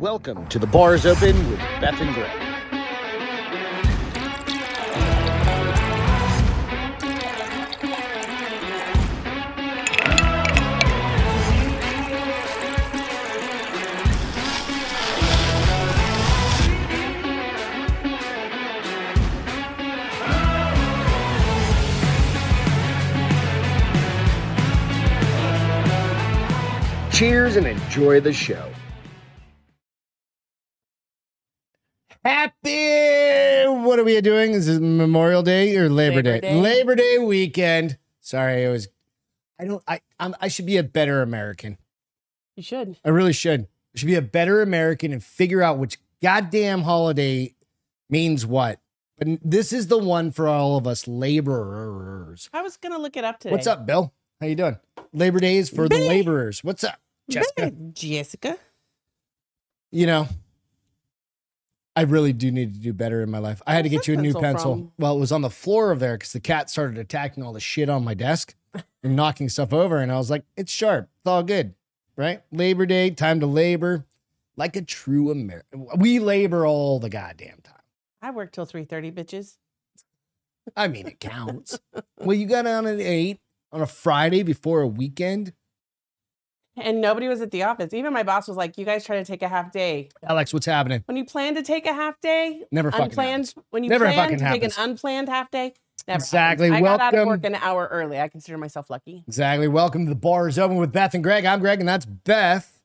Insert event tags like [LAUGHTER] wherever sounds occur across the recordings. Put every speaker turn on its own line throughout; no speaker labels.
welcome to the Bars Open with Beth and Greg. Cheers and enjoy the show.
Happy. What are we doing? Is it Memorial Day or Labor,
Labor
Day?
Day.
Labor Day weekend. Sorry, I was. I don't. I. I'm, I should be a better American.
You should.
I really should. I should be a better American and figure out which goddamn holiday means what. But this is the one for all of us laborers.
I was gonna look it up today.
What's up, Bill? How you doing? Labor Day is for the
Bill.
laborers. What's up, Jessica?
Jessica.
you know, I really do need to do better in my life. I had to
Where's
get you a
that
new
pencil
pencil.
from?
Well, it was on the floor over there because the cat started attacking all the shit on my desk and knocking stuff over. And I was like, it's sharp. It's all good. Right? Labor Day, time to labor. Like a true American. We labor all the goddamn time.
I work till three thirty, bitches.
I mean, it
[LAUGHS]
counts. well, you got on at eight on a Friday before a weekend.
And nobody was at the office. Even my boss was like, "You guys try to take a half day.
Alex, what's happening?
When you plan to take a half day,
Never fucking happens.
unplanned. When you
Never
plan
fucking
to take an
happens.
unplanned half day, never happens.
Exactly.
I got out of work
Welcome.
an hour early. I consider myself lucky.
Exactly. Welcome to the Bar is Open with Beth and Greg. I'm Greg, and that's Beth.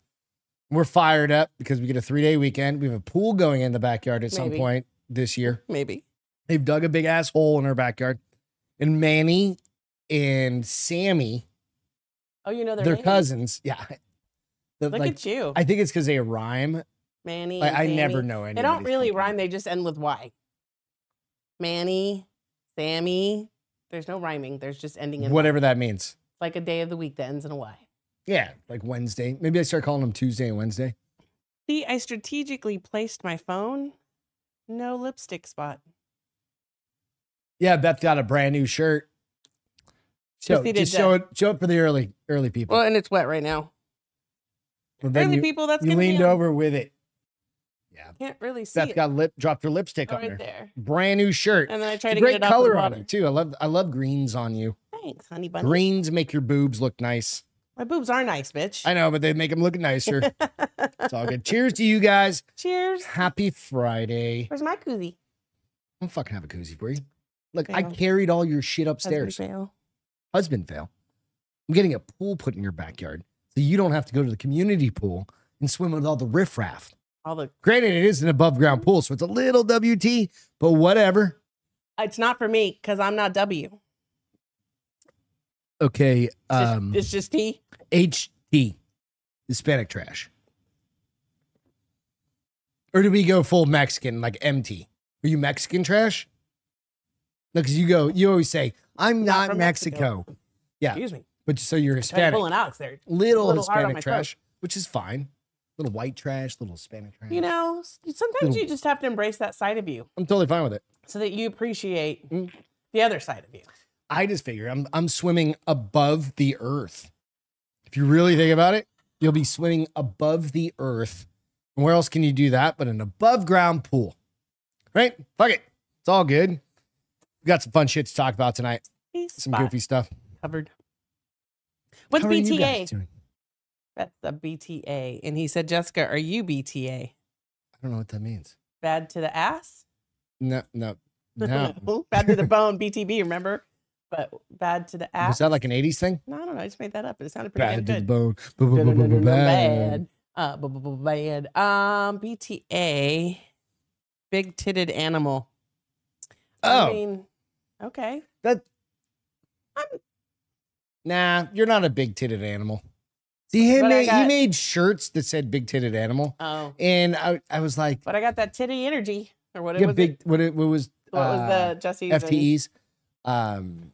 We're fired up because we get a three day weekend. We have a pool going in the backyard at some
Maybe.
point this year.
Maybe.
They've dug a big ass hole in our backyard. And Manny and Sammy,
Oh, you know
their
their names.
cousins. Yeah. The-
Look
like,
at you,
I think it's because they rhyme.
Manny.
Like,
and
I never
Sammy.
know any.
They don't really rhyme. They just end with Y. Manny, Sammy. There's no rhyming. There's just ending in Y.
Whatever that means.
like a day of the week that ends in a Y.
Yeah. Like Wednesday. Maybe I start calling them Tuesday and Wednesday.
See, I strategically placed my phone. No lipstick spot.
Yeah. Beth got a brand new shirt. So
Yes, they did
just
that.
show it, show it for the early, early people.
Well, and it's wet right now.
Well, then
Early
you,
people, that's
you
gonna
leaned
be on-
over with it. Yeah.
Can't really see
Seth
it.
got lip dropped her lipstick
Oh,
on
right
her.
there.
Brand new shirt.
And then I
It's a
tried to get
great
it off
color
the
on
water.
it too. I love I love greens on you.
Thanks, honey bunny.
Greens make your boobs look nice.
My boobs are nice, bitch.
I know, but they make them look nicer. it's all good. Cheers to you guys.
[LAUGHS] Cheers.
Happy Friday.
Where's my koozie?
I'm fucking have a koozie for you. Look, I
Fail.
carried all your shit upstairs.
Husband fail.
Husband fail. I'm getting a pool put in your backyard so you don't have to go to the community pool and swim with all the riffraff.
All the.
Granted, it is an above ground pool, so it's a little WT, but whatever.
It's not for me because I'm not W. It's,
Okay.
just-
Um,
it's just T.
HT, Hispanic trash. Or do we go full Mexican, like MT? Are you Mexican trash? No, because you go, you always say, I'm
Not
not,
from
Mexico.
Mexico.
Yeah.
Excuse me.
But so you're
Tried
Hispanic.
pulling Alex there.
Little,
little hard
Hispanic
on my throat.
trash, which is fine. Little white trash, little Hispanic trash.
You know, s- sometimes
Little-
you just have to embrace that side of you
I'm totally fine with it.
so that you appreciate
Mm.
the other side of you.
I just figure I'm I'm swimming above the earth. If you really think about it, you'll be swimming above the earth. And where else can you do that but an above ground pool? Right? Fuck it. It's all good. We got some fun shit to talk about tonight.
Hey,
Some
spot.
goofy stuff.
covered. What's
How are you guys
BTA?
doing?
That's the BTA. And he said, Jessica, are you BTA?
I don't know what that means.
Bad to the ass?
No, no, no.
[LAUGHS] bad to the bone, BTB, remember? But bad to the ass.
Was that like an 80s thing?
No, I don't know. I just made that up. It sounded pretty
Bad
damn
to the
good.
bone. Bu- bu- bu- bu- bu- bad.
Bad. Uh, bu- bu- bu- bad. Um, BTA, big titted animal. I
Oh,
mean, okay.
that.
I'm-
Nah, you're not a big titted animal. See, he
But I
made, he
got-
made shirts that said big titted animal.
Oh,
and I, I was like,
but I got that titty energy or what it
yeah,
was.
big.
it?
What it what was?
What was
uh,
the Jesse's and
FTEs? Um,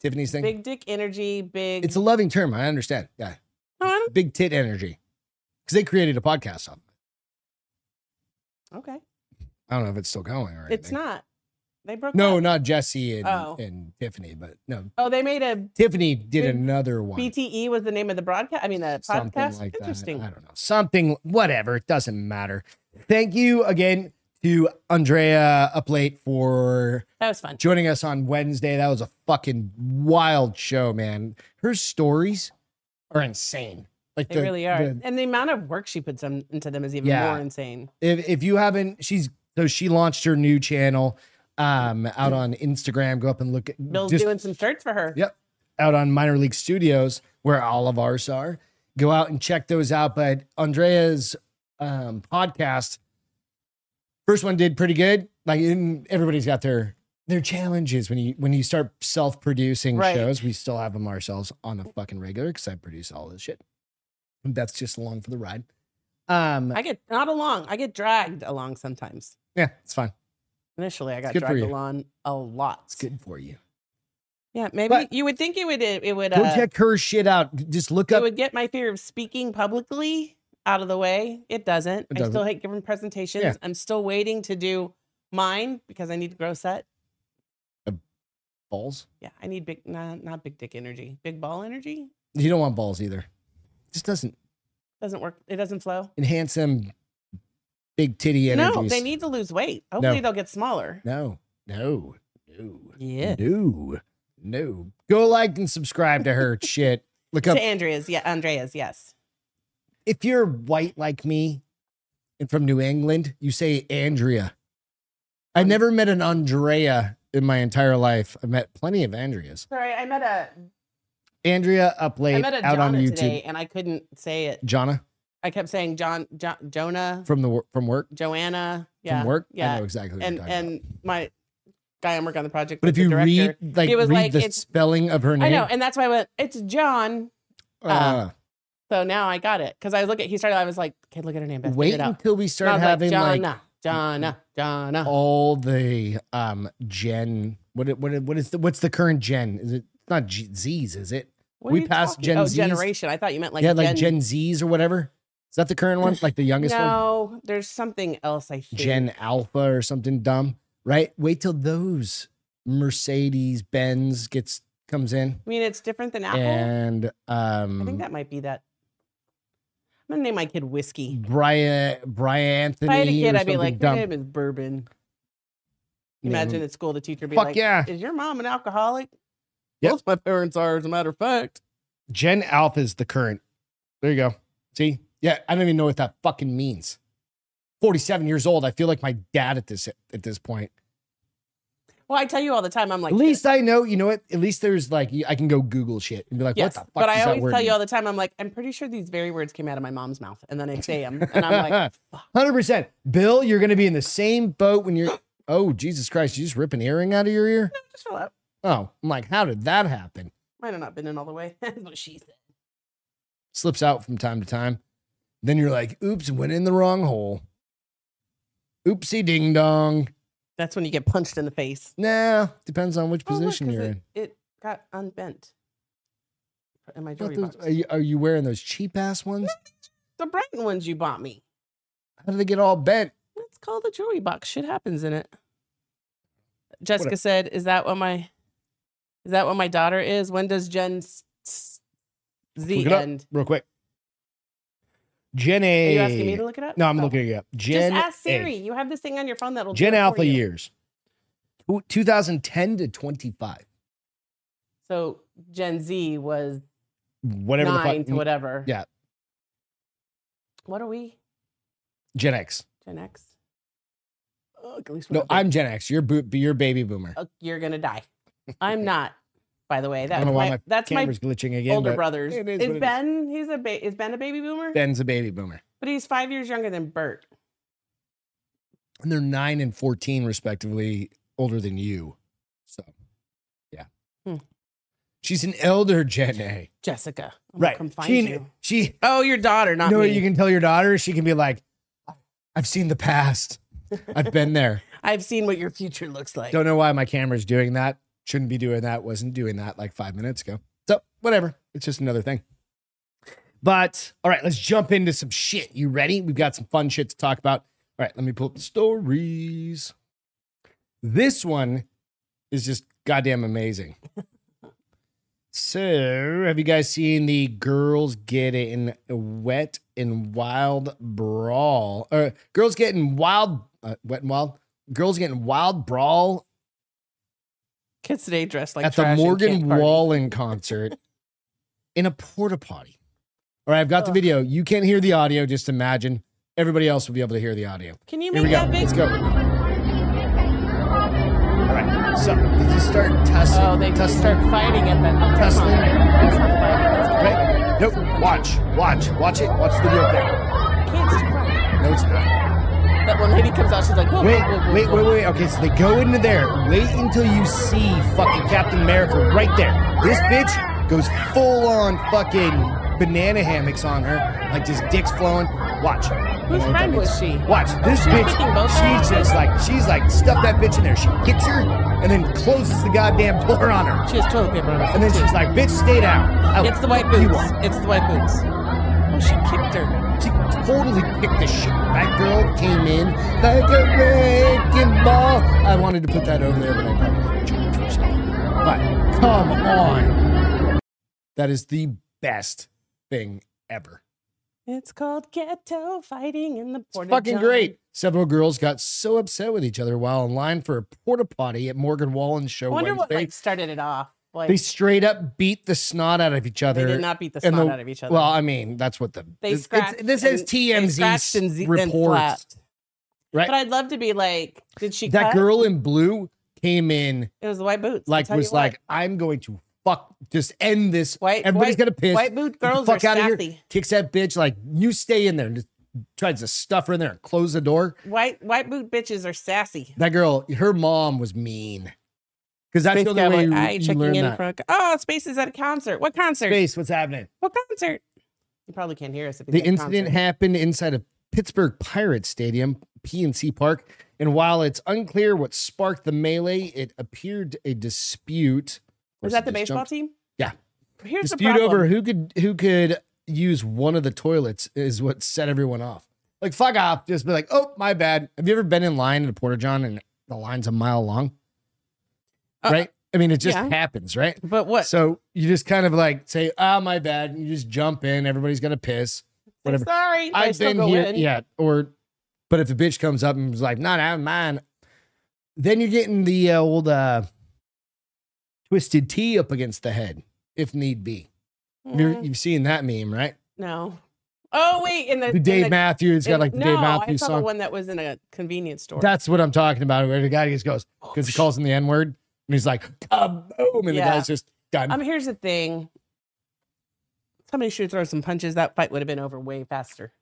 Tiffany's thing.
Big dick energy, big.
It's a loving term. I understand. Yeah,
No, I don't-
big tit energy, because they created a podcast on. it.
Okay.
I don't know if it's still going or
It's
anything.
not. They broke
No,
up.
not Jesse and,
Oh.
and Tiffany, but no,
Oh, they made a
Tiffany did
They-
another one.
BTE was the name of the broadcast. I mean, the podcast. Interesting.
That. I don't know. Something, whatever. It doesn't matter. Thank you again to Andrea Uplate for
That was fun.
joining us on Wednesday. That was a fucking wild show, man. Her stories are insane. Like
They
the-
really are.
the-
and the amount of work she puts on, into them is even
Yeah.
more insane.
if, if you haven't, she's so she launched her new channel um out on Instagram. Go up and look at
Bill's
just
doing some shirts for her.
Yep. Out on Minor League Studios, where all of ours are. Go out and check those out. But Andrea's um, podcast, first one did pretty good. Like and everybody's got their their challenges when you when you start self producing
Right.
shows. We still have them ourselves on a fucking regular because I produce all this shit. And that's just along for the ride. Um,
I get not along. I get dragged along sometimes.
yeah, it's fine.
Initially, I got
good for
dragged
you.
along a lot.
It's good for you.
Yeah, maybe
But-
you would think it would it would
Go
uh,
check her shit out. Just look
it
up.
would get my fear of speaking publicly out of the way. It doesn't. I still
doesn't.
hate giving presentations. I'm still waiting to do mine because I need to grow set.
balls.
Yeah, I need big not not big dick energy. Big ball energy
You don't want balls either. Just doesn't
doesn't work. It doesn't flow.
enhance them big titty energies.
No, they need to lose weight. Hopefully they'll get smaller.
no, no, no,
Yeah.
no, no. Go like and subscribe to
[LAUGHS]
her shit. Look up
To Andrea's, yeah, Andrea's, yes.
if you're white like me and from New England, you say Andrea. I
Um,
never met an Andrea in my entire life. I've met plenty of Andreas.
Sorry, I met a
Andrea
I
Uplate
met a
out
Jonah
on YouTube.
today and I couldn't say it.
Jonna
I kept saying John, jo- Jonah,
from the wor- from work
Joanna, yeah,
from work. I
yeah,
know exactly what
and
you're talking about.
and my guy I'm working on the project.
But
with,
if
the
you
director,
read like
it was
read
like,
the
it's-
spelling of her name,
I know, and that's why I went. It's John.
uh,
So now I got it because I was looking. He started. I was like, "Okay, look at her name. Beth,
wait
figure it out."
until we
And I
start
was
having
like, uh,
like, Oh,
Jonna, Jonna, Jonna.
all the um gen. What it- what it- what is the what's the current gen? Is it it's not G- Z's? Is it
What are
we
you
passed
talking-
Gen
oh,
Zs?
generation. I thought you meant like
yeah like
Gen.
Gen Z's or whatever? Is that the current one? Like the youngest one,
[LAUGHS] no, there's something else. I think.
Gen Alpha or something dumb, right? Wait till those Mercedes Benz gets comes in
I mean, it's different than Apple.
and
I think
um
that might be that. I'm gonna name my kid whiskey.
Brian Brian Anthony.
If I had a
or
kid, I'd be
something
like,
dumb.
"Your name is bourbon."
Name
Imagine
him.
at school, the teacher be
Fuck
like,
yeah.
"Is your mom an alcoholic?"
Yep.
Both my parents are, as a matter of fact.
Gen Alpha is the current. There you go. See? Yeah, I don't even know what that fucking means. 47 years old. I feel like my dad at this at this point.
Well, I tell you all the time, I'm like,
at least I know, you know what? At least there's like I can go Google shit and be like, what
yes.
the fuck?
but
does
I
that
always
word
tell you
mean?
all the time, I'm like, I'm pretty sure these very words came out of my mom's mouth, and then I say them, and I'm
[LAUGHS]
like, fuck.
100%. Bill, you're going to be in the same boat when you're Oh, Jesus Christ, you just rip an earring out of your ear?
just fill out.
Oh, I'm like, how did that happen?
Might have not been in all the way. [LAUGHS] That's what she said.
Slips out from time to time. Then you're like, oops, went in the wrong hole. Oopsie ding dong.
That's when you get punched in the face.
Nah, depends on which
Oh, look,
position
'cause
you're
it,
in.
It got unbent. In my
I thought
jewelry
those- uh,
box.
are, you, are you wearing those cheap ass ones?
The Brighton ones you bought me.
How do they get all bent?
That's called the jewelry box. Shit happens in it. Jessica
Whatever.
said, "Is that what my, is that what my daughter is? When does Gen s- s- Z
Look it up
end?
real quick. Gen
Are
A.
you asking me to look it up?
no, I'm
Oh.
looking it up.
Just
Gen
ask
A.
Siri. You have this thing on your phone that'll. do
Gen
it for
Alpha
you.
years. Tw- 2010 to 25.
So Gen Z was
Whatever
nine
the
to
fuck.
whatever.
yeah.
What are we?
Gen X.
Gen X. Ugh, at least we're
No,
not big.
I'm Gen X. You're, bo- you're baby boomer.
Ugh, [LAUGHS] you're
[LAUGHS]
gonna die. I'm not. By the way,
I
that
don't know
was
why
my-
my
that's my
Camera's glitching again.
older
but
brothers.
it is
is
what it is.
Ben? He's a ba- is Ben a baby boomer?
Ben's a baby boomer.
But he's five years younger than Bert.
And they're 9 and 14, respectively, older than you. So, yeah.
Hmm.
She's an elder Gen A.
Jessica. I'm gonna
right.
Come find
she,
you.
she
Oh, your daughter,
you
not
know what
me.
you can tell your daughter? She can be like, I've seen the past. I've been there.
I've seen what your future looks like.
Don't know why my camera's doing that. Shouldn't be doing that. Wasn't doing that like five minutes ago. So whatever. It's just another thing. But all right, let's jump into some shit. You ready? We've got some fun shit to talk about. All right, let me pull up the stories. This one is just goddamn amazing. so, have you guys seen the girls getting wet and wild brawl? Or girls getting wild, uh, wet and wild? Girls getting wild brawl
Kids today dress like
at the
trash and can't
Morgan
party.
Wallen concert in a porta potty. All right, I've got the
Ugh.
video. You can't hear the audio. Just imagine. Everybody else will be able to hear the audio.
Can you
Here we
make
go.
that big?
Let's go. All right. So did you start tussling?
Oh, they just
tussling?
start fighting at that. Oh, come
Tussling.
on. That's not fighting.
Right. Nope. Watch. Watch. Watch it. Watch the video up there.
That's kids to fight.
No, it's not.
That one lady comes out. She's like, whoa,
Wait,
whoa, whoa,
wait,
whoa.
wait, wait. Okay, so they go into there. Wait until you see fucking Captain America right there. This bitch goes full on fucking banana hammocks on her, like just dicks flowing. Watch.
Whose friend was she?
Watch this
She's
bitch.
picking both sides.
She's just like she's like stuff that bitch in there. She gets her and then closes the goddamn door on her.
She has toilet paper on her.
And then she's like, bitch, stay down. I'll
it's the white
kick you
boots.
off."
It's the white boots. Oh, she kicked her.
She totally kicked the shit. That girl came in like a wrecking ball. I wanted to put that over there, but I probably didn't charge for something. But come on. That is the best thing ever.
It's called ghetto fighting in the
It's
porta
fucking
john.
great. Several girls got so upset with each other while in line for a porta potty at Morgan Wallen's
I
show
wonder what
Wednesday.
like started it off. Like
they
they,
straight up beat the snot out of each other.
did not beat the
and
snot
the-
out of each other.
Well, I mean, that's what the
They
this, it's-
scratched
this
and-
is
they
TMZ
scratched and ze- and
reports.
slapped.
Right?
but I'd love to be like, did she?
that
cut?
girl in blue came in
It was the white boots. I'll
like
tell you
was
what.
like i'm going to fuck just end this
White-
everybody's
white-
gonna piss
white boot
the
girls
fuck
are
outta here.
sassy.
kicks that bitch like you stay in there and just tries to stuff her in there and close the door
White white boot bitches are sassy.
that girl her mom was mean because that's
Space
the only way
Cowboy,
you,
I
you
checking
learn
in
that
for a, oh, Space is at a concert. What concert?
Space, what's happening
What concert? You probably can't hear us. If he's
the
at a
incident
concert.
happened inside of pittsburgh pirates stadium pnc park and while it's unclear what sparked the melee it appeared a dispute Of course,
was that
it
the
just
baseball
jumped.
team?
Yeah.
Here's
dispute
the problem.
over who could who could use one of the toilets is what set everyone off. Like fuck off, just be like, oh my bad. Have you ever been in line at a porta john and the line's a mile long?
Uh,
right. I mean, it just
yeah.
happens, right?
But what?
So you just kind of like say, ah, my bad, and you just jump in. Everybody's gonna piss. whatever.
Sorry, I
I've
still
been
go
here,
in.
yeah. Or, but if a bitch comes up and was like, not out of mine, then you're getting the uh, old uh, twisted T up against the head, if need be. You're,
Mm,
you've seen that meme, right?
No. Oh wait, in the,
The
in
Dave
the-
Matthews got
in-
like the
no,
Dave Matthews
I saw the
song.
one that was in a convenience store.
That's what I'm talking about. Where the guy just goes because he calls him the N word, and he's like, kaboom, and
Yeah.
the guy's just done.
Um, here's the thing. Somebody should throw some punches. That fight would have been over way faster.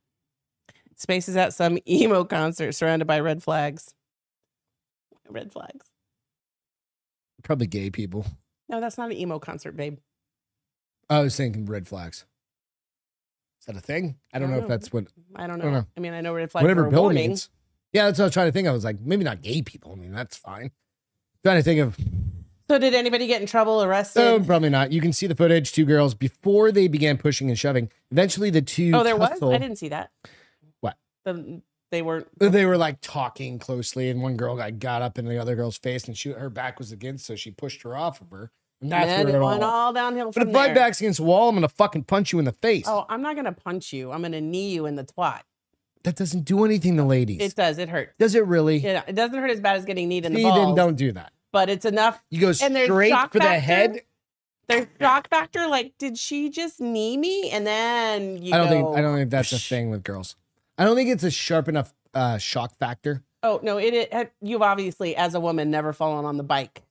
Space is at some emo concert surrounded by red flags. Red flags.
Probably gay people.
No, that's not an emo concert, babe.
I was thinking red flags. Is that a thing? I don't know if that's what
I don't know.
don't know.
I mean, I know red flags
whatever
are a
Bill
warning.
means. Yeah, that's what I was trying to think. I was like, maybe not gay people. I mean, that's fine. Trying to think of
So did anybody get in trouble, arrested?
Oh, probably not. You can see the footage. Two girls before they began pushing and shoving. Eventually, the two.
oh, there was? I
tussled.
didn't see that.
What?
The, they weren't.
they were like talking closely, and one girl got, got up in the other girl's face, and she her back was against, so she pushed her off of her. And that's
Ned,
where it
went
all.
all downhill
But
from
if my
there.
back's against the wall, I'm gonna fucking punch you in the face.
Oh, I'm not going to punch you. I'm going to knee you in the twat.
That doesn't do anything to ladies.
It does. It hurts.
Does it really?
Yeah, it doesn't hurt as bad as getting kneed in the
See, then
balls,
don't do that.
but it's enough.
You go
And there's
straight
shock
for the
factor.
head.
There's shock factor. Like, did she just knee me? And then you
I don't
go,
think I don't think that's a thing with girls. I don't think it's a sharp enough uh, shock factor.
Oh no! It, it you've obviously as a woman never fallen on the bike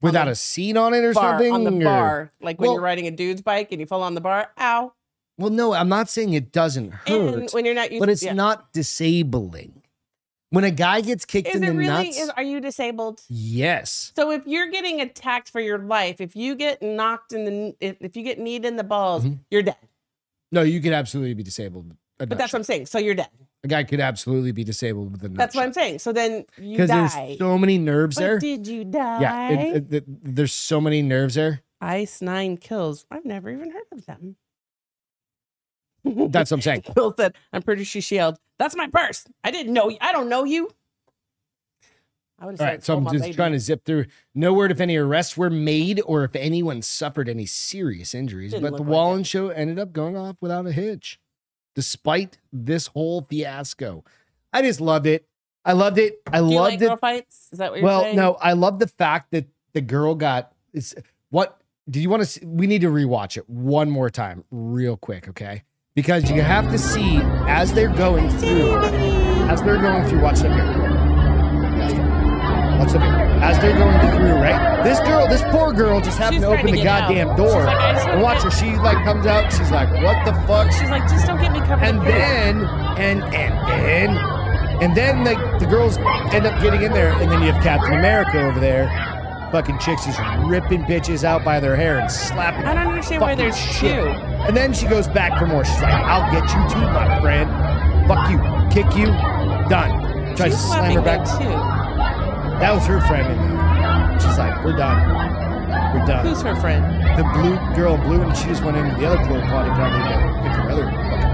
Without
the
a seat on it or
bar
something,
on the
or-
bar, like when
Well-
you're riding a dude's bike and you fall on the bar. Ow!
Well, no, I'm not saying it doesn't hurt.
And when you're not used,
but it's
yeah.
not disabling. When a guy gets kicked
Is
in
it
the
really?
nuts,
Is, are you disabled?
yes.
So if you're getting attacked for your life, if you get knocked in the, if, if you get kneed in the balls,
Mhm.
you're dead.
No, you could absolutely be disabled.
But that's what I'm saying. So you're dead.
a guy could absolutely be disabled with a nut
That's what I'm saying. So then you
Because
die.
there's so many nerves
But
there.
did you die?
Yeah, it- it- it- there's so many nerves there.
Ice Nine Kills. I've never even heard of them. [LAUGHS]
That's what I'm saying.
Bill said, I'm pretty sure she yelled, That's my purse. I didn't know you. I don't know you. I would have
All
said
right, so I'm
my
just
baby.
trying to zip through. No word if any arrests were made or if anyone suffered any serious injuries,
Didn't
but
look
the
like
Wallen show ended up going off without a hitch, despite this whole fiasco. I just loved it. I loved it. I
Do you like
loved
girl
it.
fights? Is that what you're
Well,
saying?
no, I love the fact that the girl got. It's what? Do you want to? We need to rewatch it one more time, real quick, okay? Because you have to see as they're going through, as they're going through. Watch it up here. Watch it up here. As they're going through, right? This girl, this poor girl, just happened
She's
to
trying
open
to
the
get out.
goddamn
She's
door.
like, "I just wanna
and watch her.
get-"
She like comes out. She's like, "What the fuck?"
She's like, just don't get me covered.
and
in poop."
then and and then and then like the girls end up getting in there and then you have captain america over there fucking chicks just ripping bitches out by their hair and slapping
I don't understand why
fucking
there's
shit.
two.
and then she goes back for more she's like i'll get you too my friend fuck you kick you done tries
She's
to slam her
slapping
back
them
that was her friend in there. she's like we're done we're done
too. Who's her friend?
the blue girl in blue and she just went into the other pool party probably to pick her other fucking friend up.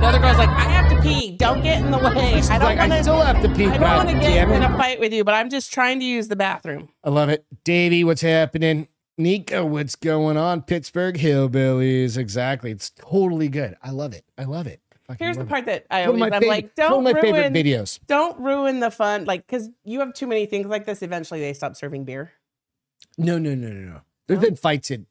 The other girl's like, I have to pee. Don't
[LAUGHS]
get in the way.
She's
I don't
like,
want
I
to.
still have to pee.
I don't
God
want to get
damn
in
it.
a fight with you, but I'm just trying to use the bathroom.
I love it. Davey, what's happening? Nico, what's going on? Pittsburgh Hillbillies. Exactly. It's totally good. I love it. I love it. I fucking
Here's the
love
part that
it.
I
One of
always
my
I'm
favorite-
like,
it's
don't
one of my
ruin,
favorite videos.
don't ruin the fun, like because you have too many things like this. Eventually, they stop serving beer.
No, no, no, no, no. There's
No?
been fights in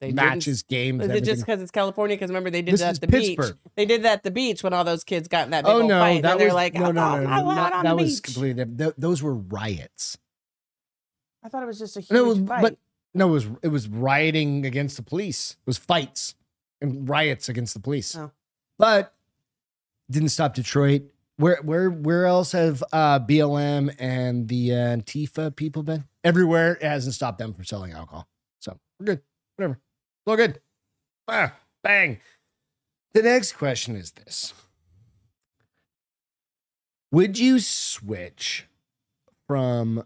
They
matches, games,
Didn't, is it
everything.
just because it's California? Because remember they did
This
that
is
at the
Pittsburgh.
beach. They did that at the beach when all those kids got in that big
Oh
old
no,
fight.
that
and they're
was
like,
no,
I'm
no,
not
no, no,
allowed
not-
on
that
the
was
beach.
completely different. Th- those were riots.
I thought it was just a huge
No, it was-
fight.
but no, it was it was rioting against the police. It was fights and riots against the police.
Oh.
But didn't stop Detroit. Where where where else have uh, BLM and the uh, Antifa people been? Everywhere. It hasn't stopped them from selling alcohol. So we're good. Whatever. It's all good. Ah, bang. The next question is this. Would you switch from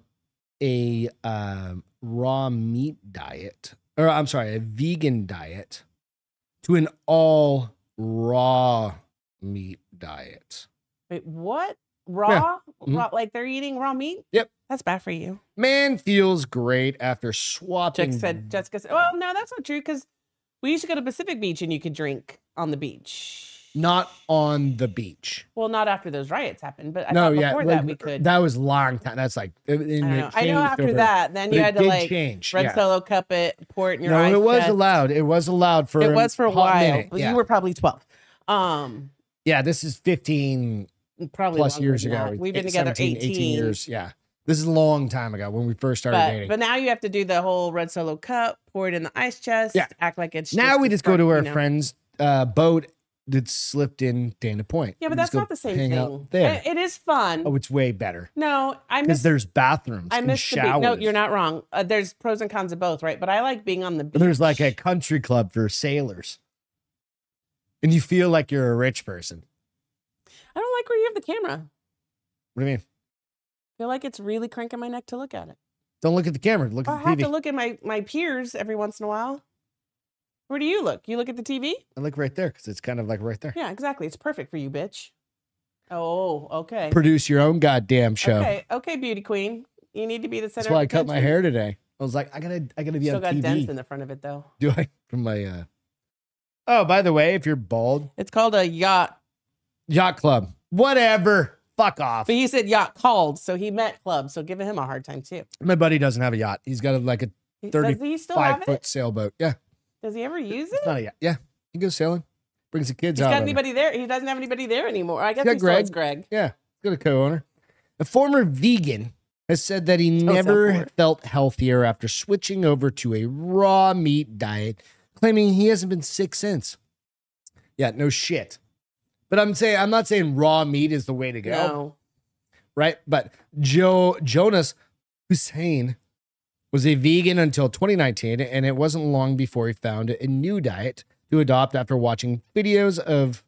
a um, raw meat diet, or I'm sorry, a vegan diet, to an all raw meat diet.
Wait, what? Raw?
Mhm.
raw? Like they're eating raw meat?
Yep.
That's bad for you.
Man feels great after swapping.
Jessica said, Jessica said, well, no, that's not true because we used to go to Pacific Beach and you could drink on the beach.
not on the beach.
Well, not after those riots happened, but I
no,
thought
yeah,
before
like,
that we could.
That was long time. That's like it- it-
I, don't
it
know. I know
changed
after
over-
that, then
but
you
it
had to
did
like
change.
red
yeah.
solo cup it, pour it in your
no,
eyes.
it was
shut.
allowed. It was allowed for.
It was for a
hot
while.
minute,
but
Yeah.
You were probably 12. Um,
yeah, this is fifteen
probably
plus
longer
years
than
ago.
that. We've been
eight-
together
17,
18,
years. Yeah, this is a long time ago when we first started
But,
dating.
but now you have to do the whole red solo cup, pour it in the ice chest,
Yeah.
act like it's
now we
a
just go
part,
to
you
our
know.
friend's uh, boat that slipped in Dana Point.
Yeah, but
We just
that's
go
not the same
hang
thing.
out there.
I- it is fun.
oh, it's way better
no, I
because
miss.
there's bathrooms
I
and
miss the beach.
showers.
No, you're not wrong. Uh, there's pros and cons of both, right? But I like being on the beach.
And There's like a country club for sailors, and you feel like you're a rich person.
I don't like where you have the camera.
What do you mean?
I feel like it's really cranking my neck to look at it.
Don't look at the camera. Look
I
at the
have
TV.
to look at my my peers every once in a while. Where do you look? You look at the TV?
I look right there because it's kind of like right there.
Yeah, exactly. It's perfect for you, bitch. Oh, okay.
Produce your own goddamn show.
Okay, okay, beauty queen. You need to be the center.
That's why
of
I cut my
attention.
hair today. I was like, I gotta, I gotta be
Still
on
got
TV.
dents in the front of it though.
Do I from my uh Oh, by the way, if you're bald,
It's called a yacht,
yacht club. Whatever. Fuck off.
but he said yacht called, so he meant club. So giving him a hard time too.
My buddy doesn't have a yacht. He's got a, like a
He- Does
35
he still have
five
it?
foot sailboat. Yeah.
Does he ever use it?
It's not a yacht. Yeah. He goes sailing. Brings the kids
He's
out.
got
on it.
anybody there? He doesn't have anybody there anymore. I guess
got
he still has Greg.
He's got a co-owner. A former vegan has said that he
so
never
forward.
felt healthier after switching over to a raw meat diet, claiming he hasn't been sick since. Yeah, no shit. But I'm saying I'm not saying raw meat is the way to go.
No.
right? But Joe Jonas Hussein was a vegan until 2019, and it wasn't long before he found a new diet to adopt after watching videos of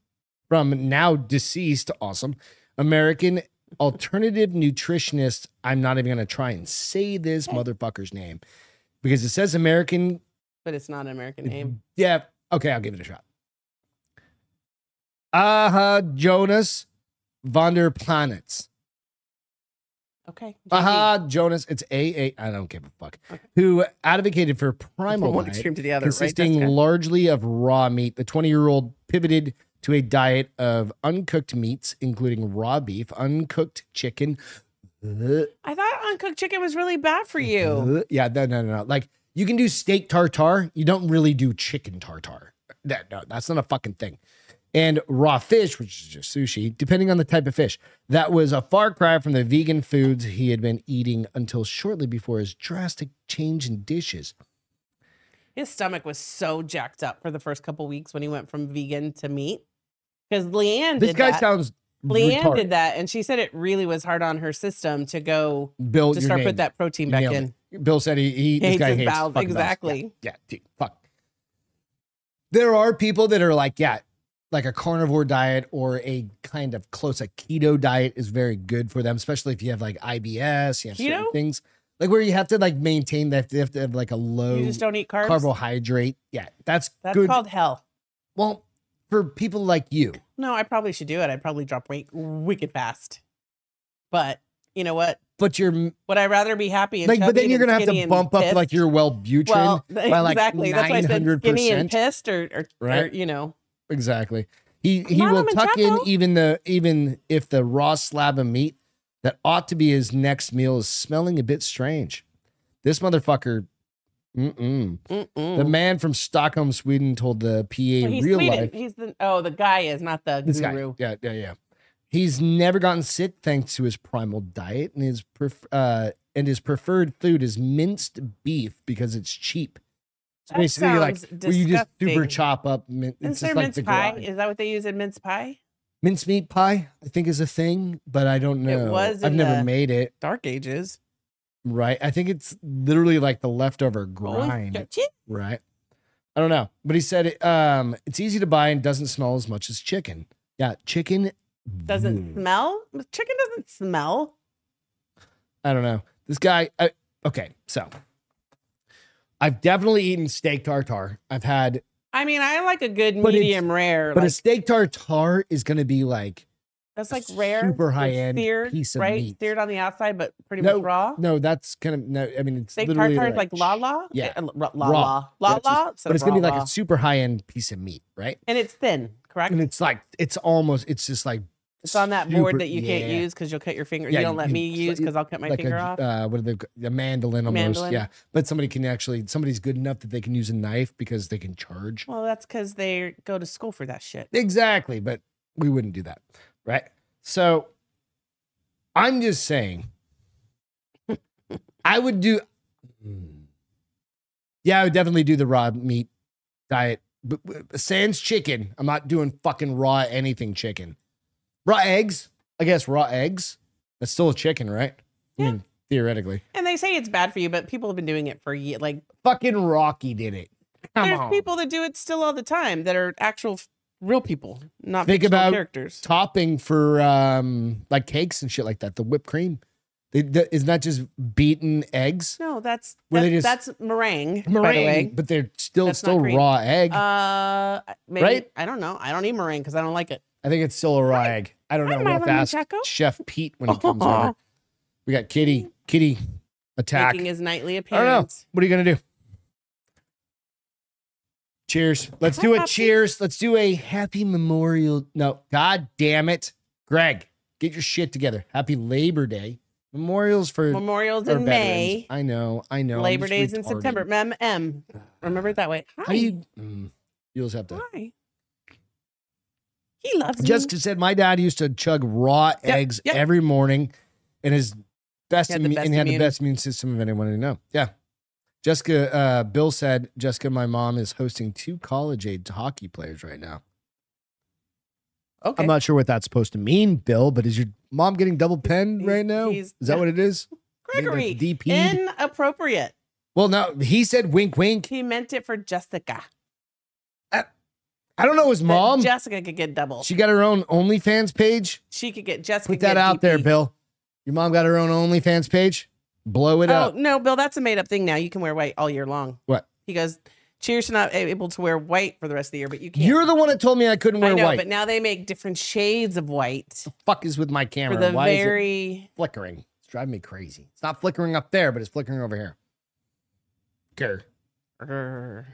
from now deceased, awesome American alternative nutritionist. I'm not even gonna try and say this motherfucker's name because it says American.
But it's not an American name.
Yeah, okay, I'll give it a shot. Aha, Jonas Vonder Planets.
Okay.
Aha, Jonas. It's AA. I don't give a fuck. Who advocated for primal
From one
diet,
extreme to the other, right? That's
consisting
kinda-
largely of raw meat. The 20 year old pivoted to a diet of uncooked meats, including raw beef, uncooked chicken. Ugh,
I thought uncooked chicken was really bad
[LAUGHS]
for you.
ugh. Yeah, no, no, no, no. Like you can do steak tartare. You don't really do chicken tartare. That, no, that's not a fucking thing. And raw fish, which is just sushi, depending on the type of fish. That was a far cry from the vegan foods he had been eating until shortly before his drastic change in dishes.
His stomach was so jacked up for the first couple weeks when he went from vegan to meat. Because Leanne
This
did
guy
that.
sounds
Leanne
retarded.
did that, and she said it really was hard on her system to go
Bill,
to
your
start
name.
put that protein
You
back
nailed
in.
it. Bill said he, he this
Hates
guy
his
hates
bowels.
fucking bowels.
Exactly.
Yeah, yeah, dude, fuck. There are people that are like, yeah, like a carnivore diet or a kind of close a keto diet is very good for them, especially if you have like IBS, you have certain
Keto?
things like where you have to like maintain that they have to have like a low
You just don't eat carbs.
carbohydrate. Yeah, that's,
That's
good.
called hell.
well, for people like you,
No, I probably should do it. I'd probably drop weight wicked fast. But you know what?
but you're
Would I rather be happy and
like, but
chubby
then you're
than
gonna have
skinny
to
and
bump up
pissed?
like your Wellbutrin.
well, [LAUGHS]
by, like,
exactly. That's why I said skinny and
900%.
pissed, or, or, or
Right.
you know,
Exactly. He he
Mama
will
and
tuck in
Jacko.
even the even if the raw slab of meat that ought to be his next meal is smelling a bit strange. This motherfucker. Mm-mm.
mm-mm.
The man from Stockholm, Sweden, told the PA
Well, Hmm. he's
real
Sweden.
life.
He's the oh, the guy is not the
This guy,
guru.
yeah, yeah, yeah. He's never gotten sick thanks to his primal diet, and his pref- uh, and his preferred food is minced beef because it's cheap. So
That
basically, like
sounds
well, you just super
disgusting.
chop up. Min-
Is
it's just
there
like
mince
the
pie?
grind.
Is that what they use in mince pie?
mincemeat pie i think is a thing but i don't know
was
i've
in
never
the-
made it
Dark ages.
right i think it's literally like the leftover
Oh,
grind
chi-
right i don't know but he said it, um it's easy to buy and doesn't smell as much as chicken yeah chicken
Doesn't
mm,
smell. Chicken doesn't smell.
i don't know this guy I, okay so i've definitely eaten steak tartare i've had
I mean, I like a good
But it's-
medium rare.
but a
like,
steak tartare is going to be like
that's like rare,
super
it's
high-end
seared,
piece of
right?
meat.
Seared on the outside, but pretty
No,
much raw.
no that's kind of no i mean it's
Steak
literally
tartare is like uh, la la.
yeah,
la
raw. Yeah,
la la
it's just-
la.
but it's gonna be like a super high end piece of meat right
and it's thin, correct?
and it's like it's almost it's just like
It's on that board
super-
that you can't
yeah.
use because you'll cut your finger.
Yeah,
you don't
you
let
can-
me
it's
use
like-
because I'll cut my
like
finger
a,
off.
Uh, what are the a mandolin almost?
Mandolin.
Yeah, but somebody can actually somebody's good enough that they can use a knife because they can charge.
well, that's because they go to school for that shit.
Exactly, but we wouldn't do that, right? So I'm just saying, I would do. Yeah, I would definitely do the raw meat diet. But, but sans chicken, I'm not doing fucking raw anything chicken. Raw eggs, I guess raw eggs. That's still a chicken, right? I
Yeah.
mean, theoretically.
And they say it's bad for you, but people have been doing it for years. Like
Fucking Rocky did it. Come
there's
on.
people that do it still all the time that are actual f- real people, not
Think
fictional
about-
characters.
topping for um like cakes and shit like that. The whipped cream. They, the, it's not just beaten eggs.
No, that's
Were they
that-
just-
that's meringue.
Meringue,
By the way.
but they're still
That's not
still
cream.
raw egg.
Uh, maybe
Right?
I don't know. I don't eat meringue because I don't like it.
I think it's still a raw egg. I don't
hi,
know. We'll have to
Milo
ask
Manchako.
Chef Pete when he comes
[LAUGHS]
over. We got Kitty. Kitty attack.
Making his nightly
I don't know.
appearance.
What are you gonna do? Cheers. Let's
Hi,
do a
Poppy.
cheers. Let's do a happy memorial. No, god damn it. Greg, get your shit together. Happy Labor Day. Memorials for, for
Memorials in
veterans.
May,
I know, I know. I'm
Labor
just
Days in
retarded.
September. Mem M. Remember it that way. Hi.
How do you mm, you'll just have to
Hi. He loves me.
Jessica said my dad used to chug raw
Yep,
eggs
yep.
every morning, and his best,
He had
immu-
the best
and he had the
immune.
best immune system of anyone I know. Yeah. Jessica, uh, Bill said, Jessica, my mom is hosting two college age hockey players right now.
Okay.
I'm not sure what that's supposed to mean, Bill, but is your mom getting double pinned
he's-
right now? Is
he's-
that what it is? I think that's
[LAUGHS] Gregory.
DP'd.
Inappropriate.
well, no, he said wink, wink.
He meant it for Jessica.
I don't know his
that
mom.
Jessica could get double.
She
She,
got her own OnlyFans page.
could get Jessica.
Put that
get
out there,
DP.
Bill. Your mom got her own OnlyFans page. Blow it
Oh
up.
no, Bill, that's a made up thing now. You can wear white all year long.
What?
He goes, Cheers to not able to wear white for the rest of the year, but you can't.
You're the one that told me I couldn't wear
I know,
white.
but now they make different shades of white
fuck is with my
for
camera?
the
Why is it
very
flickering? It's driving me crazy. It's not flickering up there, but it's flickering over here. Grr.
Grr. er,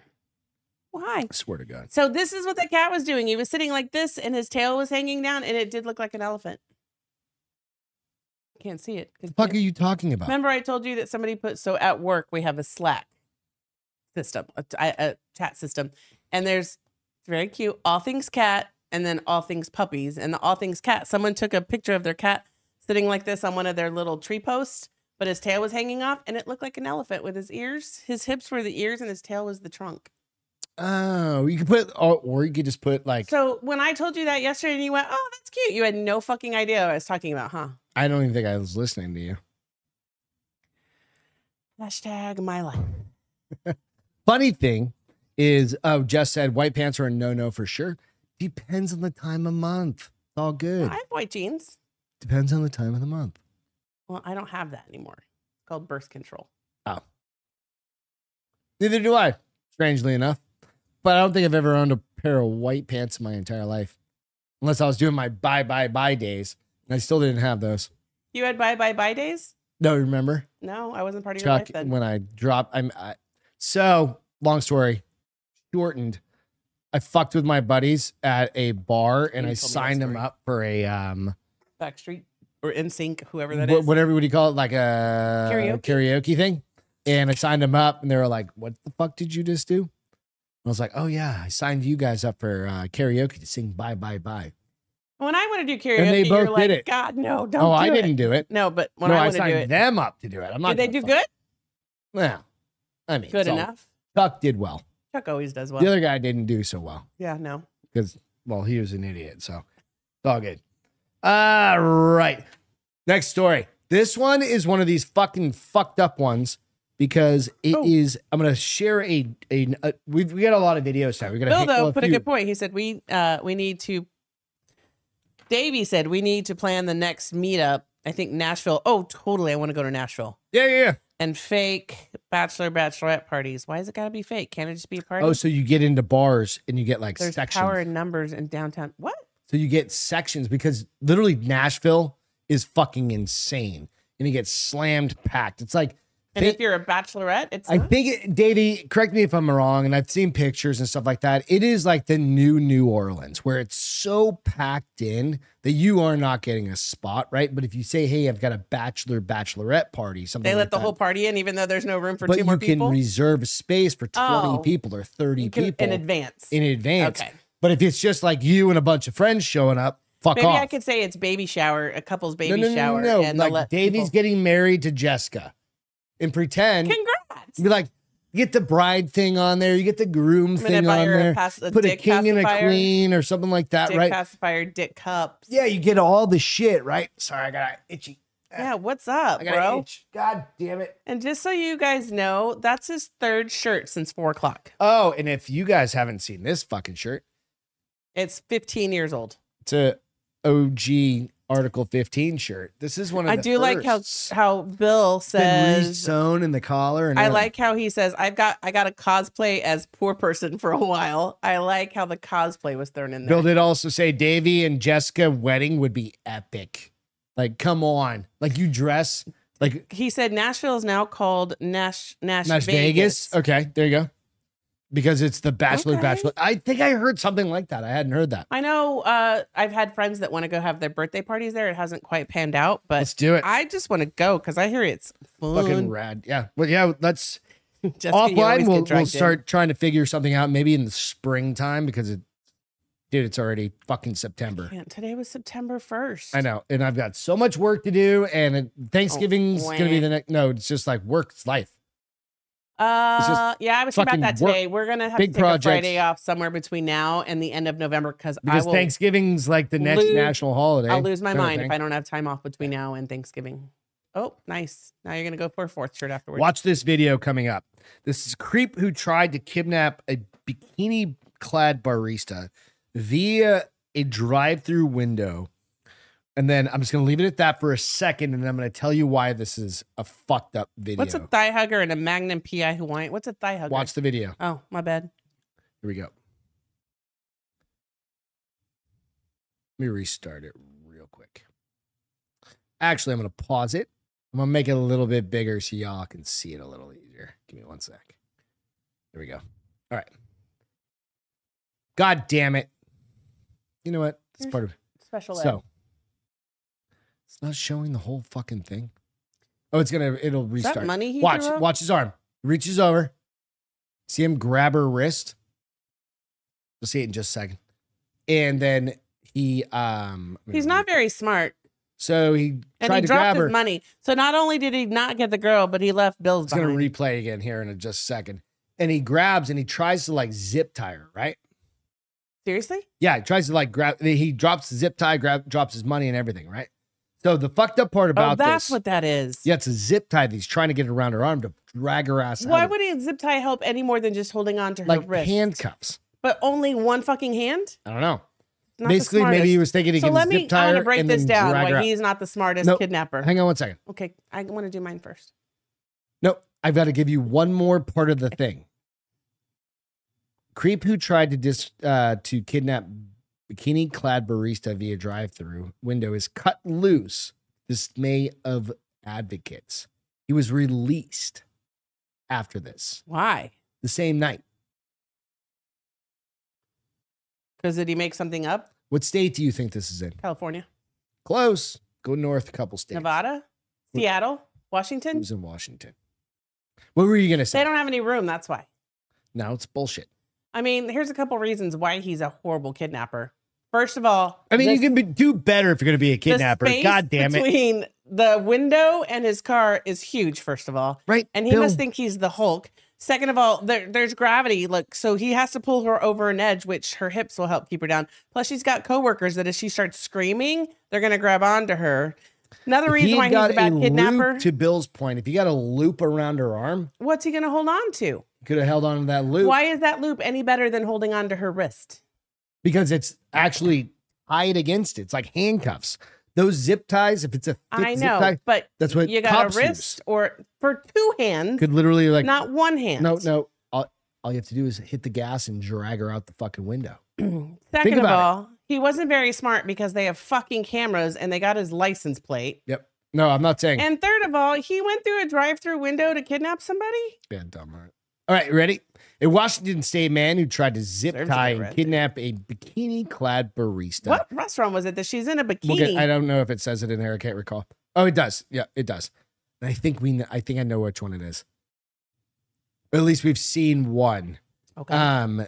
Why?
I swear to God.
So this is what that cat was doing. He was sitting like this, and his tail was hanging down, and it did look like an elephant. Can't see it. 'cause
The fuck
can't-
are you talking about?
Remember, I told you that somebody put so at work we have a Slack system, a, t- I- a chat system, and there's it's very cute all things cat and then all things puppies and the all things cat. Someone took a picture of their cat sitting like this on one of their little tree posts, but his tail was hanging off, and it looked like an elephant with his ears. His hips were the ears, and his tail was the trunk.
Oh, you could put, or, or you could just put like,
So when I told you that yesterday and you went, oh, that's cute, you had no fucking idea what I was talking about, huh?
I don't even think I was listening to you.
Hashtag my life.
Funny thing is, oh, Jess said white pants are a no no for sure. Depends on the time of month. It's all good.
I have white jeans.
Depends on the time of the month.
Well, I don't have that anymore. It's called birth control.
Neither do I, strangely enough. But I don't think I've ever owned a pair of white pants in my entire life, unless I was doing my bye bye bye days. And I still didn't have those.
You had bye bye bye days?
No, remember
No, I wasn't part of your
Chuck
life then.
when I dropped. I'm I, so long story shortened. I fucked with my buddies at a bar and
You told me
I
that
signed them
story.
up for a um.
Backstreet or in sync, whoever that
wha-
is.
whatever would you call it, like a
Karaoke?
karaoke. thing. And I signed them up, and they were like, "What the fuck did you just do?" And I was like, "Oh yeah, I signed you guys up for uh, karaoke to sing Bye Bye Bye."
When I want to do karaoke,
And they both
you're
did
like,
it.
God, no, don't.
oh,
do
I
it."
didn't do it.
No, but when
no,
I
I,
want to do
signed
it,
them up to do it. I'm not.
did they
gonna
do
fuck-
good?
No, I mean,
Good
it's all-
enough.
Chuck did well.
Chuck always does
The
well.
other guy didn't do so well
Yeah, no.
because, well, he was an idiot. So it's all good. All right. Next story. This one is one of these fucking fucked up ones because it
Oh.
is- I'm gonna share a. a, a- we've we got a lot of videos now. We got
Bill
to
though put a good point. He said we uh we need to. Davey said we need to plan the next meetup. I think Nashville. Oh, totally. I want to go to Nashville
Yeah, yeah. yeah.
and fake bachelor bachelorette parties. Why is it gotta be fake? Can't it just be a party?
Oh, so you get into bars and you get like
There's
sections.
power in numbers in downtown. What?
So you get sections because literally Nashville is fucking insane, and it gets slammed packed. It's like
And
they-
if you're a bachelorette, it's
I [LAUGHS]
not?
think, it, Davey, correct me if I'm wrong, and I've seen pictures and stuff like that. It is like the new New Orleans where it's so packed in that you are not getting a spot, right? But if you say, hey, I've got a bachelor, bachelorette party, something
they let
like
the
that,
whole party in, even though there's no room for
but
two more
you can
people.
reserve space for 20
Oh.
people or 30
You can-
people
in advance.
in advance.
okay.
But if it's just like you and a bunch of friends showing up, fuck
Maybe
off.
I could say it's baby shower, a couple's
no,
baby
no, no,
shower.
no, no.
And they'll
Like
let
Davey's
people-
getting married to Jessica and pretend.
Congrats.
Be like, get the bride thing on there. You get the groom
I'm gonna
thing
buy
on
her
there.
a, pac-
Put a
dick
king and a
pacifier,
queen or something like that,
dick
Uh, right?
pacifier, dick cups.
yeah, you get all the shit, right? Sorry, I got itchy.
Yeah, what's up,
Uh, I got an
bro?
itch. God damn it.
And just so you guys know, that's his third shirt since four o'clock.
Oh, and if you guys haven't seen this fucking shirt,
It's 15 years old.
it's a OG Article 15 shirt. This is one of
I
the
do like how
firsts.
how Bill
It's been
says.
sewn in the collar, and
I
everything.
like how he says I've got I got a cosplay as poor person for a while. I like how the cosplay was thrown in there.
Bill did also say Davy and Jessica wedding would be epic. Like, come on, like you dress like
he said Nashville is now called Nash Nash,
Las Vegas.
Vegas.
Okay, there you go. Because it's the Bachelor
Okay.
Bachelor. I think I heard something like that. I hadn't heard that.
I know uh, I've had friends that want to go have their birthday parties there. It hasn't quite panned out, but
Let's do it.
I just want to go because I hear it's
Fucking
fun. [LAUGHS]
rad. Yeah. Well, yeah, let's
Jessica, you
offline.
always get
We'll, we'll
dragged in.
start trying to figure something out maybe in the springtime because it, dude, it's already fucking September.
Man, today was September first.
I know. And I've got so much work to do. And it- Thanksgiving's going to be
wah.
the next. No, it's just like work. It's life. It's just
Uh, yeah, I was
fucking
thinking about that
work.
today. We're gonna have
Big
to take
projects.
a Friday off somewhere between now and the end of November because I
Because eh?
will.
Thanksgiving's like the next
lose-
national holiday.
I'll lose my
kinda
mind if
thing.
I don't have time off between now and Thanksgiving. Oh, nice. Now you're gonna go for a fourth shirt afterwards.
Watch this video coming up. This is a creep who tried to kidnap a bikini clad barista via a drive through window. And then I'm just going to leave it at that for a second. And then I'm going to tell you why this is a fucked up video.
What's a thigh hugger and a Magnum PI Hawaiian? What's a thigh hugger?
Watch the video.
Oh, my bad.
Here we go. Let me restart it real quick. Actually, I'm going to pause it I'm gonna make it a little bit bigger so y'all can see it a little easier. Give me one sec. There we go. All right. God damn it. You know what? That's
Here's-
part of
Special ed.
so it's not showing the whole fucking thing. Oh, it's gonna it'll
Is that
restart.
money he
Watch,
threw out?
watch his arm. Reaches over. See him grab her wrist. You'll see it in just a second. And then he um
He's not very smart.
so he
And
tried
he
to
dropped
grab
his
her.
money. So not only did he not get the girl, but he left Bill's
It's gonna
behind.
replay again here in a just a second. And he grabs and he tries to like zip tie her, right?
Seriously?
Yeah, he tries to like grab he drops the zip tie, grab drops his money and everything, right? So the fucked up part about
oh, that's
this
what that is.
Yeah, it's a zip tie that he's trying to get around her arm to drag her ass
Why
out. of-
would a zip tie help any more than just holding on to her
like
wrist?
handcuffs?
But only one fucking hand?
I don't know.
Not the
Basically, maybe he
smartest.
was thinking he
So
can
let
zip
me
tie
I'm
her
gonna break
and
this
then
down
drag her
why
out.
he's not the smartest
Nope.
kidnapper.
Hang on one second.
Okay, I want to do mine first.
Nope. I've got to give you one more part of
[LAUGHS]
the thing. Creep who tried to dis uh, to kidnap bikini clad barista via drive through window is cut loose. Dismay of advocates. He was released after this
Why?
the same night.
Because did he make something up?
What state do you think this is in?
California,
Close. Go north a couple states.
Nevada, Seattle,
It
Washington.
was in Washington. What were you gonna
They
say?
don't have any room. That's why.
Now it's bullshit.
I mean, here's a couple reasons why he's a horrible kidnapper. First of all,
I mean,
this-
you can be, do better if you're gonna be a
the
kidnapper.
space
God damn it!
Between the window and his car is huge. First of all,
[LAUGHS] Right?
and he
Bill?
must think he's the Hulk. Second of all, there, there's gravity. Look, so he has to pull her over an edge, which her hips will help keep her down. Plus, she's got coworkers that if she starts screaming, they're gonna grab onto her. Another
If
reason
he
why he's
got
a bad
loop,
kidnapper.
To Bill's point, if you got a loop around her arm,
what's he gonna hold on to?
you could have held on to that loop
Why is that loop any better than holding on to her wrist?
because it's actually tied against it. It's like handcuffs. Those zip ties, if it's a thick
I
zip
know,
tie,
but
that's what
you got
cops
a wrist
use.
or for two hands,
Could literally like
not one hand.
no, no. All, all you have to do is hit the gas and drag her out the fucking window.
Second of
about it.
all, he wasn't very smart because they have fucking cameras and they got his license plate.
No, I'm not saying.
[LAUGHS] And third of all, he went through a drive-through window to kidnap somebody.
Yeah, dumb, right? All right, ready? A Washington State man who tried to zip
Serves
tie
you
and
right.
kidnap a bikini clad barista.
What restaurant was it that she's in a bikini?
We'll get- I don't know if it says it in there. I can't recall. Oh, it does. Yeah, it does. And I think we. kn- I think I know which one it is. At least we've seen one.
okay.
Um,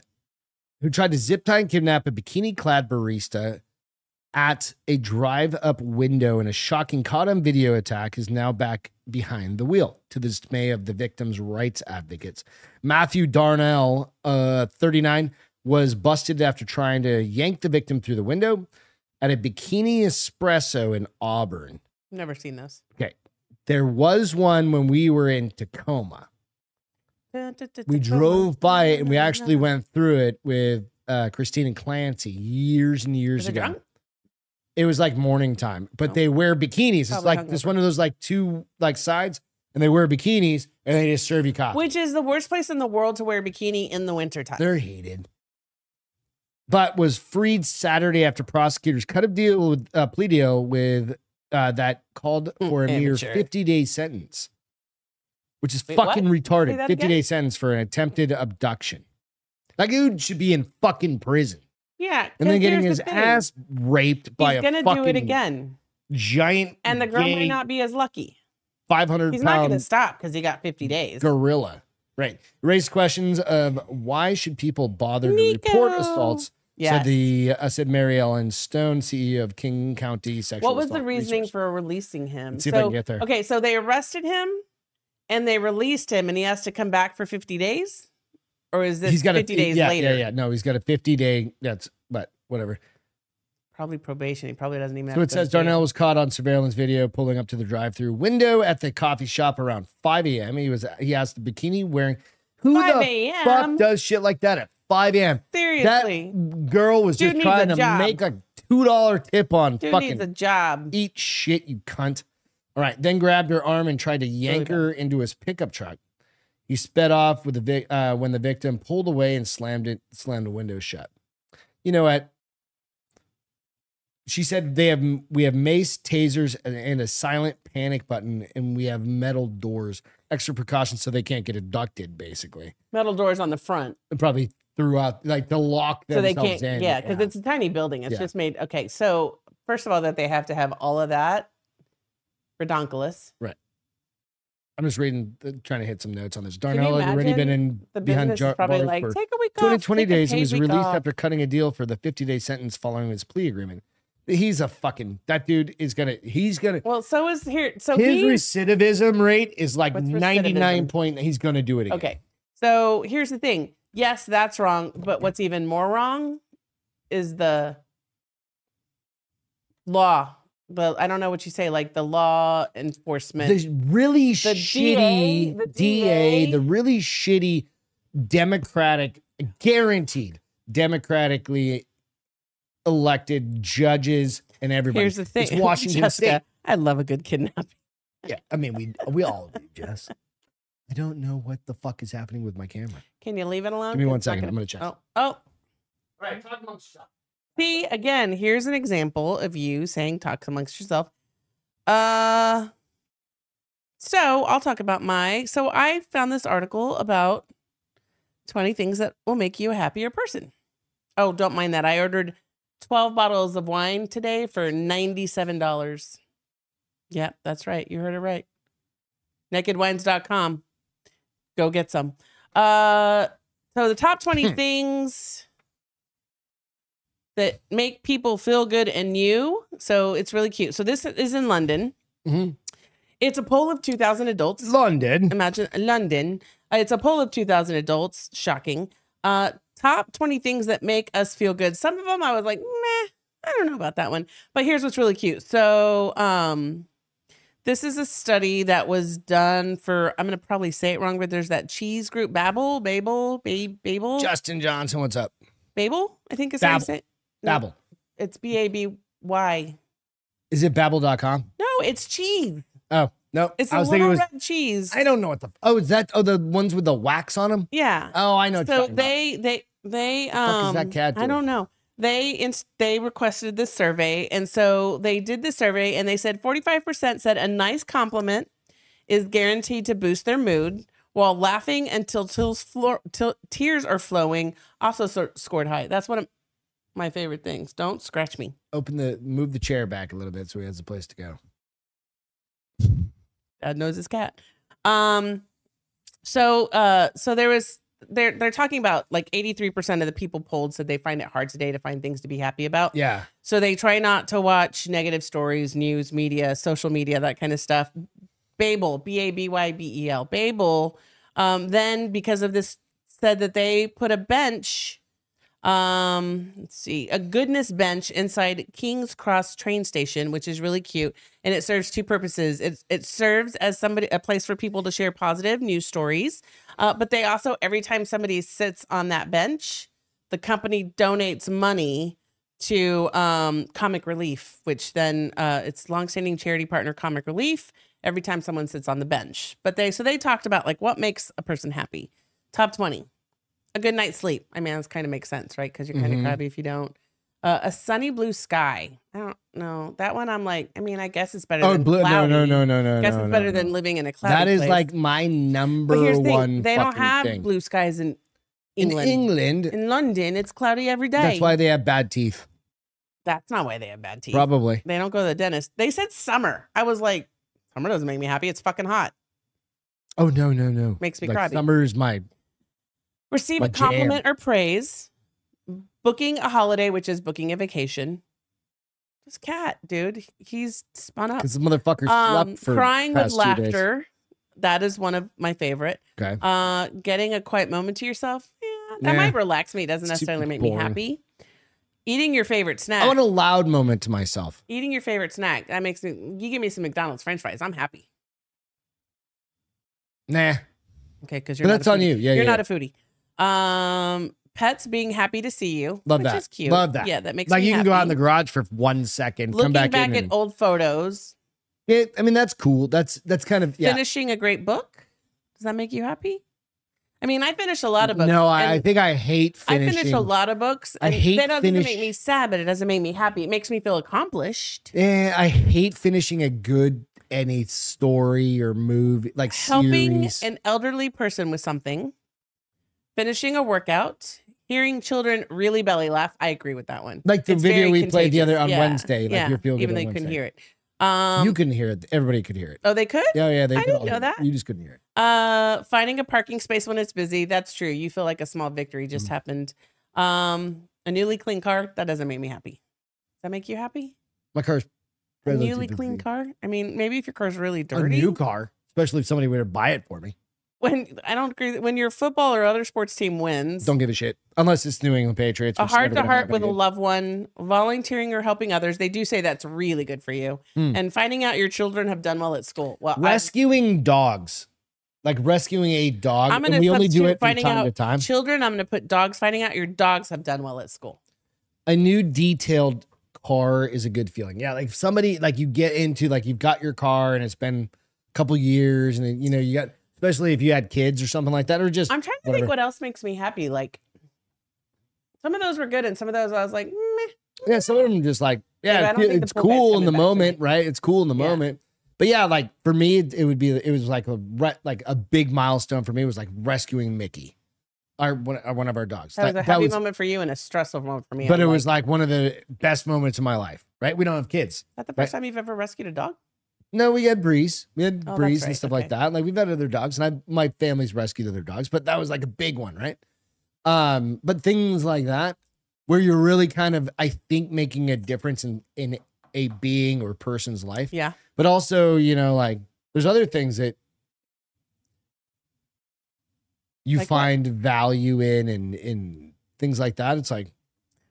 who tried to zip tie and kidnap a bikini clad barista at a drive up window in a shocking caught on video attack is now back behind the wheel to the dismay of the victim's rights advocates. Matthew Darnell, uh, 39, was busted after trying to yank the victim through the window at a bikini espresso in Auburn.
Never seen those.
There was one when we were in Tacoma we drove by it and we actually went through it with uh, Christine and Clancy years and years
Was it
ago.
drunk?
It was like morning time, but
Oh.
they wear bikinis. it's
Probably
like this
hungover.
one of those like two like sides, and they wear bikinis and they just serve you coffee.
Which is the worst place in the world to wear a bikini in the wintertime.
They're hated. But was freed Saturday after prosecutors cut a deal with a plea deal with uh, that called
Mm,
for a mere
amateur.
50 day sentence, which is
Wait, what?
fucking
Say
retarded.
that
50
again?
day sentence for an attempted abduction. That dude should be in fucking prison
yeah.
and then
'cause
getting
here's
his
the thing.
ass raped by
He's
a
gonna
fucking
do it again.
giant
And the girl
gay
might not be as lucky.
500
He's
pound
not gonna stop because he got 50 days.
gorilla. Right. Raised questions of why should people bother to report
Nico.
assaults
Yeah.
Said the uh, said Mary Ellen Stone, CEO of King County Sexual.
What was the
Assault
reasoning
Resource.
for releasing him?
Let's see if I can get there.
Okay, so they arrested him and they released him and he has to come back for 50 days? Or is this
He's got
50
a,
days
yeah,
later?
Yeah, yeah, no, he's got a fifty day. That's but whatever.
Probably probation. He probably doesn't even have
So
to
it
go to
says
jail.
Darnell was caught on surveillance video pulling up to the drive-through window at the coffee shop around five a.m. He was he asked the bikini wearing. Who
5
the fuck
a.m.
does shit like that at five a.m.
Seriously.
That girl was
Dude
just
needs
trying
a
to
job.
make a two dollar tip on
Dude
fucking e
needs a job.
Eat shit, you cunt. All right. Then grabbed her arm and tried to yank
bad.
her into his pickup truck. He sped off with the vic- uh, when the victim pulled away and slammed it, slammed the window shut. You know what? she said they have we have mace, tasers, and, and a silent panic button, and we have metal doors, extra precautions so they can't get abducted. Basically,
Metal doors on the front,
and probably threw out like the lock
so they
themselves
can't.
in.
yeah, because it's a tiny building. It's
Yeah.
just made. Okay, so first of all, that they have to have all of that. Redonkulous.
I'm just reading, the, trying to hit some notes on this.
you
Darnell had already been in
The
behind
business
jar,
is probably
bars
like
for
take a week off.
220
take a
days and
paid
was
week
released
off."
after cutting a deal for the 50 day sentence following his plea agreement. He's a fucking that dude is gonna he's gonna
Well, so is here. So
his
he,
recidivism rate is like
What's
99
recidivism?
point. He's gonna do it again.
Okay. So here's the thing. Yes, that's wrong. But what's even more wrong is the law. But I don't know what you say, like the law enforcement.
The really
The DA,
shitty
the
DA,
DA.
the really shitty Democratic, guaranteed democratically elected judges and everybody.
here's the thing. [LAUGHS]
It's Washington
Jessica,
State.
I love a good kidnapping.
Yeah, I mean, we we all do, Jess. I don't know what the fuck is happening with my camera.
Can you leave it alone?
Give me one
It's not
second.
gonna-
I'm gonna check.
Oh, oh.
Right, talk amongst yourself.
See, again, here's an example of you saying talks amongst yourself. Uh so I'll talk about my so I found this article about 20 things that will make you a happier person. Oh, don't mind that. I ordered 12 bottles of wine today for $97. Yep, that's right. You heard it right. Nakedwines.com. Go get some. Uh so the top 20
Hmm.
things that make people feel good and you. So it's really cute. So this is in London.
Mhm.
It's a poll of 2,000 adults.
London.
Imagine London. Uh, It's a poll of 2,000 adults. Shocking. Uh, top 20 things that make us feel good. Some of them I was like, meh, I don't know about that one. But here's what's really cute. So, um, this is a study that was done for, I'm going to probably say it wrong, but there's that cheese group, Babel, Babel, Ba- Babel,
Justin Johnson, what's up?
Babel, I think is how you
Babel.
say it. No,
Babel.
It's B A B Y.
Is it Babbel.com?
No, it's cheese.
Oh, no.
It's
I
a
was thinking
little
it was
red cheese.
I don't know what the Oh, is that oh the ones with the wax on them?
yeah.
Oh, I know. what you're
so
talking about.
they they they
fuck is
um
that cat
I don't know. They inst- they requested this survey and so they did the survey and they said 45% said a nice compliment is guaranteed to boost their mood while laughing until tears, floor, till tears are flowing also so- scored high. That's one of my favorite things. Don't scratch me.
open the move the chair back a little bit so he has a place to go.
God uh, knows his cat. Um, so uh, so there was they're they're talking about like eighty three percent of the people polled said they find it hard today to find things to be happy about.
Yeah.
So they try not to watch negative stories, news, media, social media, that kind of stuff. Babel, B A B Y B E L, Babel. Um, then because of this, said that they put a bench. Um, let's see, a goodness bench inside King's Cross train station, which is really cute, and it serves two purposes. It it serves as somebody a place for people to share positive news stories, uh, but they also every time somebody sits on that bench, the company donates money to um, Comic Relief, which then uh, its longstanding charity partner Comic Relief. Every time someone sits on the bench, but they so they talked about like what makes a person happy. Top twenty, a good night's sleep. I mean, this kind of makes sense, right? Because you're kind of
Mhm.
crabby if you don't. Uh, a sunny blue sky. I don't know that one. I'm like, I mean, I guess it's better.
Oh,
than
blue, no, no,
cloudy.
no, no, no.
Guess
no,
it's
no, no.
better than living in a cloud.
That is like my number
but here's the
one.
thing, they don't
fucking
have
thing.
blue skies in
in
England. In,
England.
London, it's cloudy every day.
that's why they have bad teeth.
That's not why they have bad teeth.
Probably.
They don't go to the dentist. They said summer. I was like, summer doesn't make me happy. It's fucking hot.
Oh no, no, no.
Makes me
like,
crabby.
Summer's my
Receive
My
a compliment or praise. Booking a holiday, which is booking a vacation. This cat, dude, he's spun up.
because motherfucker
Um,
slept for
crying with
past two days.
laughter. That is one of my favorite.
Okay.
Uh, getting a quiet moment to yourself. Yeah, that
Nah.
might relax me. It doesn't
It's too
necessarily make
boring.
me happy. Eating your favorite snack.
I want a loud moment to myself.
Eating your favorite snack. That makes me. You give me some McDonald's French fries. I'm happy.
Nah,
Okay, because
but
you're. not a
that's on
foodie.
you. Yeah,
you're
yeah.
not a foodie. Um, pets being happy to see you,
Love
which
that.
is cute.
Love that.
Yeah, that makes
like
me
you can go out in the
happy.
garage for one second,
looking
come back, in.
at
and,
old photos,
yeah, I mean that's cool. That's that's kind of yeah.
finishing a great book. Does that make you happy? I mean, I finish a lot of books.
No, I, I
and
think I hate
I
finishing.
finish a lot of books.
I
and
hate
that doesn't
finish-
make me sad, but it doesn't make me happy. It makes me feel accomplished.
Eh, I hate finishing a good any story or movie like
Helping
series.
an elderly person with something, finishing a workout, hearing children really belly laugh. I agree with that one.
like the
It's
video
very
we played the
contagious.
other on
Yeah,
Wednesday. Like
yeah,
your feel good.
even
on
they couldn't
Wednesday.
hear it. Um,
you couldn't hear it. Everybody could hear it.
oh, they could.
Yeah, yeah. They
I
could
didn't
all
know
hear it.
that.
You just couldn't hear it.
Uh, finding a parking space when it's busy. That's true. You feel like a small victory just
Mhm.
happened. Um, a newly clean car. That doesn't make me happy. Does that make you happy?
My car's
A newly
relatively
clean
big.
car. I mean, maybe if your car's really
A
dirty.
new car, especially if somebody were to buy it for me.
[LAUGHS] When I don't agree. When your football or other sports team wins,
Don't give a shit unless it's New England Patriots.
a
which never
heart to
gonna
heart
happen
with a
again.
loved one, volunteering or helping others. They do say that's really good for you.
Mm.
And finding out your children have done well at school. Well, I-
rescuing dogs, like rescuing a dog.
I'm
and
gonna
we only do
substitute
it from
finding
time to
out
time.
children. I'm going to put dogs. Finding out your dogs have done well at school.
a new detailed car is a good feeling. Yeah, like somebody like you get into like you've got your car and it's been a couple years and then, you know you got especially if you had kids or something like that or just
I'm trying to
whatever.
think what else makes me happy. Like some of those were good, and some of those I was like, Meh.
yeah some of them just like
Yeah,
yeah
I
it
don't
feel-
think the
it's
pool guy's
cool in
coming
the
back to me.
moment right it's cool in the
Yeah.
moment but yeah like for me it, it would be it was like a re- like a big milestone for me was like rescuing Mickey our one, our, one of our dogs
that was
Like,
a happy moment for you and a stressful moment for me.
but
I'm
it
like,
was like one of the best moments of my life right we don't have kids
"Is that the first time you've ever rescued a dog.
No, we had Breeze. We had
Oh, that's
Breeze and
right.
stuff like
Okay.
that. Like we've had other dogs, and I my family's rescued other dogs, but that was like a big one, right? Um, but things like that, where you're really kind of, I think, making a difference in in a being or person's life.
Yeah.
But also, you know, like there's other things that you
Like what?
find value in and in things like that. It's like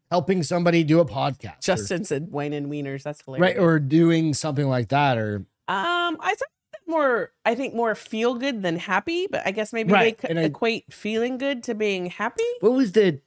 helping somebody do a podcast. or-
Justin said wine and wieners. That's hilarious.
Right, or doing something like that, or
um, I said more. I think more feel good than happy, but I guess maybe
Right,
they could
and I-
equate feeling good to being happy.
What was the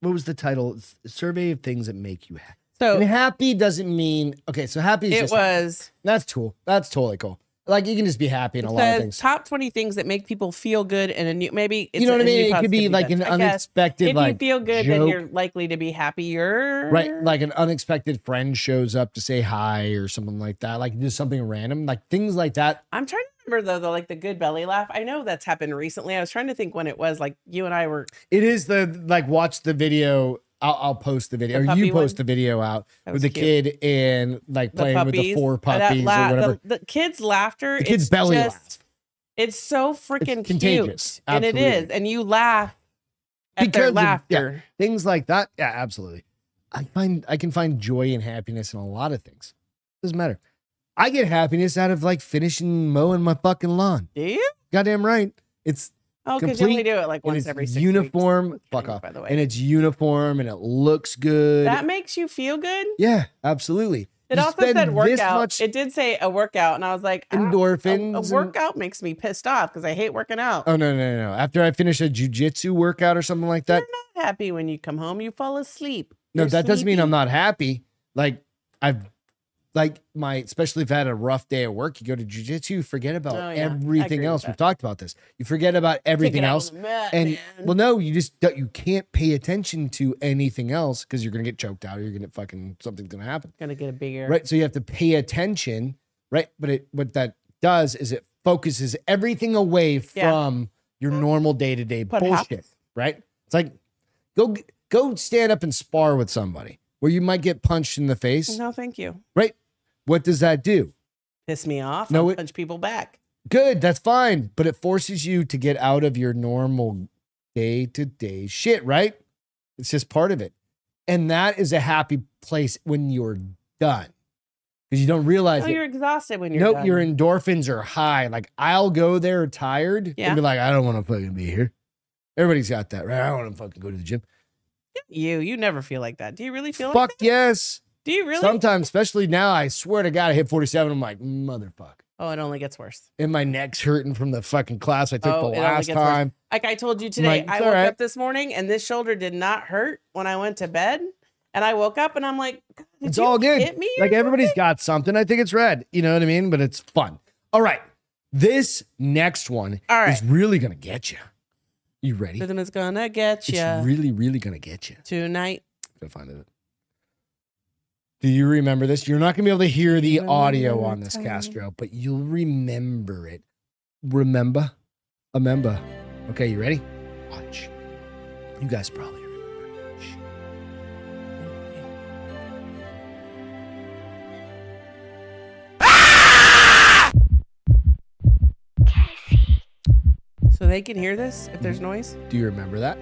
what was the title? It's a Survey of things that make you happy.
So
And happy doesn't mean okay. So happy is
it
just
was
that's cool. That's totally cool. Like you can just be happy in a
it
lot of
says
things.
top twenty things that make people feel good and a new maybe it's
You know what
a
I mean?
new
It could be
positivity
like an
bench. I guess
unexpected
if you
like
feel good, then
joke.
you're likely to be happier.
right like an unexpected friend shows up to say hi or something like that. Like just something random, like things like that.
I'm trying to remember though, the like the good belly laugh. I know that's happened recently. I was trying to think when it was. Like you and I were.
It is the like watch the video. I'll, I'll post the video.
The
or you
puppy one?
post the video out
That
with
was
the kid
cute.
and like playing with the four
Uh, that
puppies
la-
or
the-
whatever.
The, kids' laughter.
The kid's
is
belly
just-
laugh.
It's so freaking
contagious.
cute, and it is,
Absolutely.
and you laugh at
Because
their
of- yeah.
laughter.
things like that. Yeah, absolutely. I find I can find joy and happiness in a lot of things. Doesn't matter. I get happiness out of like finishing mowing my fucking lawn.
Do you?
Goddamn right. It's
Oh, because you only
Complete,
do it like
and
once
it's
every six
uniform.
Weeks.
Fuck off.
By the way,
And it's uniform and it looks good.
that makes you feel good.
yeah, absolutely.
It
You
also
spend
said
this
workout.
much
It did say a workout, and I was like, ah, a-
Endorphins.
A,
and-
workout makes me pissed off because I hate working out.
oh no, no, no, no. After I finish a jujitsu workout or something like that.
You're not happy when you come home. You fall asleep.
No,
You're
that doesn't mean I'm
sleepy.
not happy. Like I've like my especially if I had a rough day at work, you go to jujitsu, forget about
Oh, yeah. I agree
everything
with
else.
that.
We've talked about this. You forget about
Take it
everything
out
else.
on the mat,
And
man.
well, no, you just don't- you can't pay attention to anything else because you're gonna get choked out or you're gonna fucking something's gonna happen.
gonna get a bigger
Right. So you have to pay attention, right? But it what that does is it focuses everything away
Yeah.
from your normal day-to-day
What
bullshit
happens?
right? It's like go go stand up and spar with somebody where you might get punched in the face.
No, thank you.
What does that do?
Piss me off.
No,
I'll
it-
punch people back.
Good, that's fine, but it forces you to get out of your normal day-to-day shit, right? It's just part of it. And that is a happy place when you're done. Cuz you don't realize
Oh,
it.
you're exhausted when you're
nope,
done.
your endorphins are high. Like I'll go there tired
Yeah.
and be like I don't want to fucking be here. Everybody's got that, right? I don't want to fucking go to the gym.
you. You never feel like that. Do you really feel like
Fuck yes.
that? Do you really?
Sometimes, especially now, I swear to God, I hit 47. I'm like, motherfucker.
oh, it only gets worse.
And my neck's hurting from the fucking class I took
Oh, it
the
only
last
gets worse.
time.
Like I told you today,
it's
I
all
woke
right.
up this morning and this shoulder did not hurt when I went to bed. And I woke up and I'm like, "God, did
It's
you
all good.
Hit me?
Like everybody's got something. I think it's red. You know what I mean? But it's fun. All right. This next one
All right.
is really gonna get you. You ready?
Rhythm is gonna get
It's
you
really, really gonna get you.
tonight.
Gonna find it. Do you remember this? You're not gonna be able to hear the
Remember
audio
the
on this,
time.
Castro, but you'll remember it. Remember, remember. Okay, you ready? Watch. You guys probably remember. Shh.
So they can hear this if there's noise.
Do you remember that?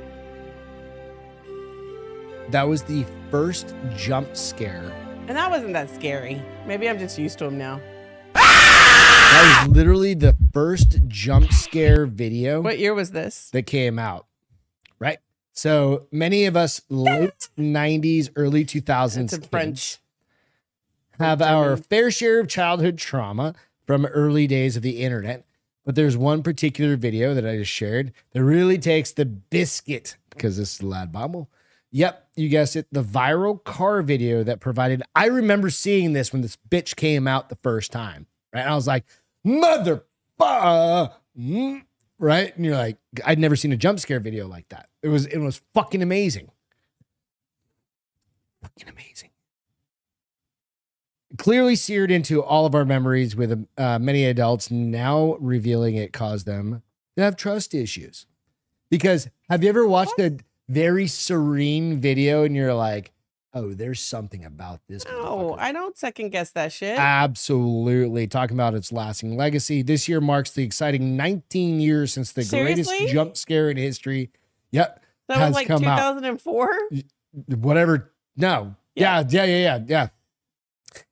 That was the first jump scare.
And that wasn't that scary. Maybe I'm just used to them now.
That was literally the first jump scare video
What year was this?
that came out. Right? So many of us
[LAUGHS]
late 90s, early 2000s
It's in
kids
French.
have
German.
our fair share of childhood trauma from early days of the internet. But there's one particular video that I just shared that really takes the biscuit because this is the Lad Bomble. Yep, you guessed it. The viral car video that provided, I remember seeing this when this bitch came out the first time, right? And I was like, mother, mm," right? And you're like, I'd never seen a jump scare video like that. It was, it was fucking amazing. Fucking amazing clearly seared into all of our memories with uh, many adults now revealing it caused them to have trust issues because have you ever watched a very serene video and you're like oh there's something about this
No,
motherfucker." Ah,
I don't second guess that shit.
absolutely talking about its lasting legacy this year marks the exciting 19 years since the
Seriously?
greatest jump scare in history yep
that
has
was like
come out.
2004.
whatever no yeah yeah
Yeah.
yeah yeah yeah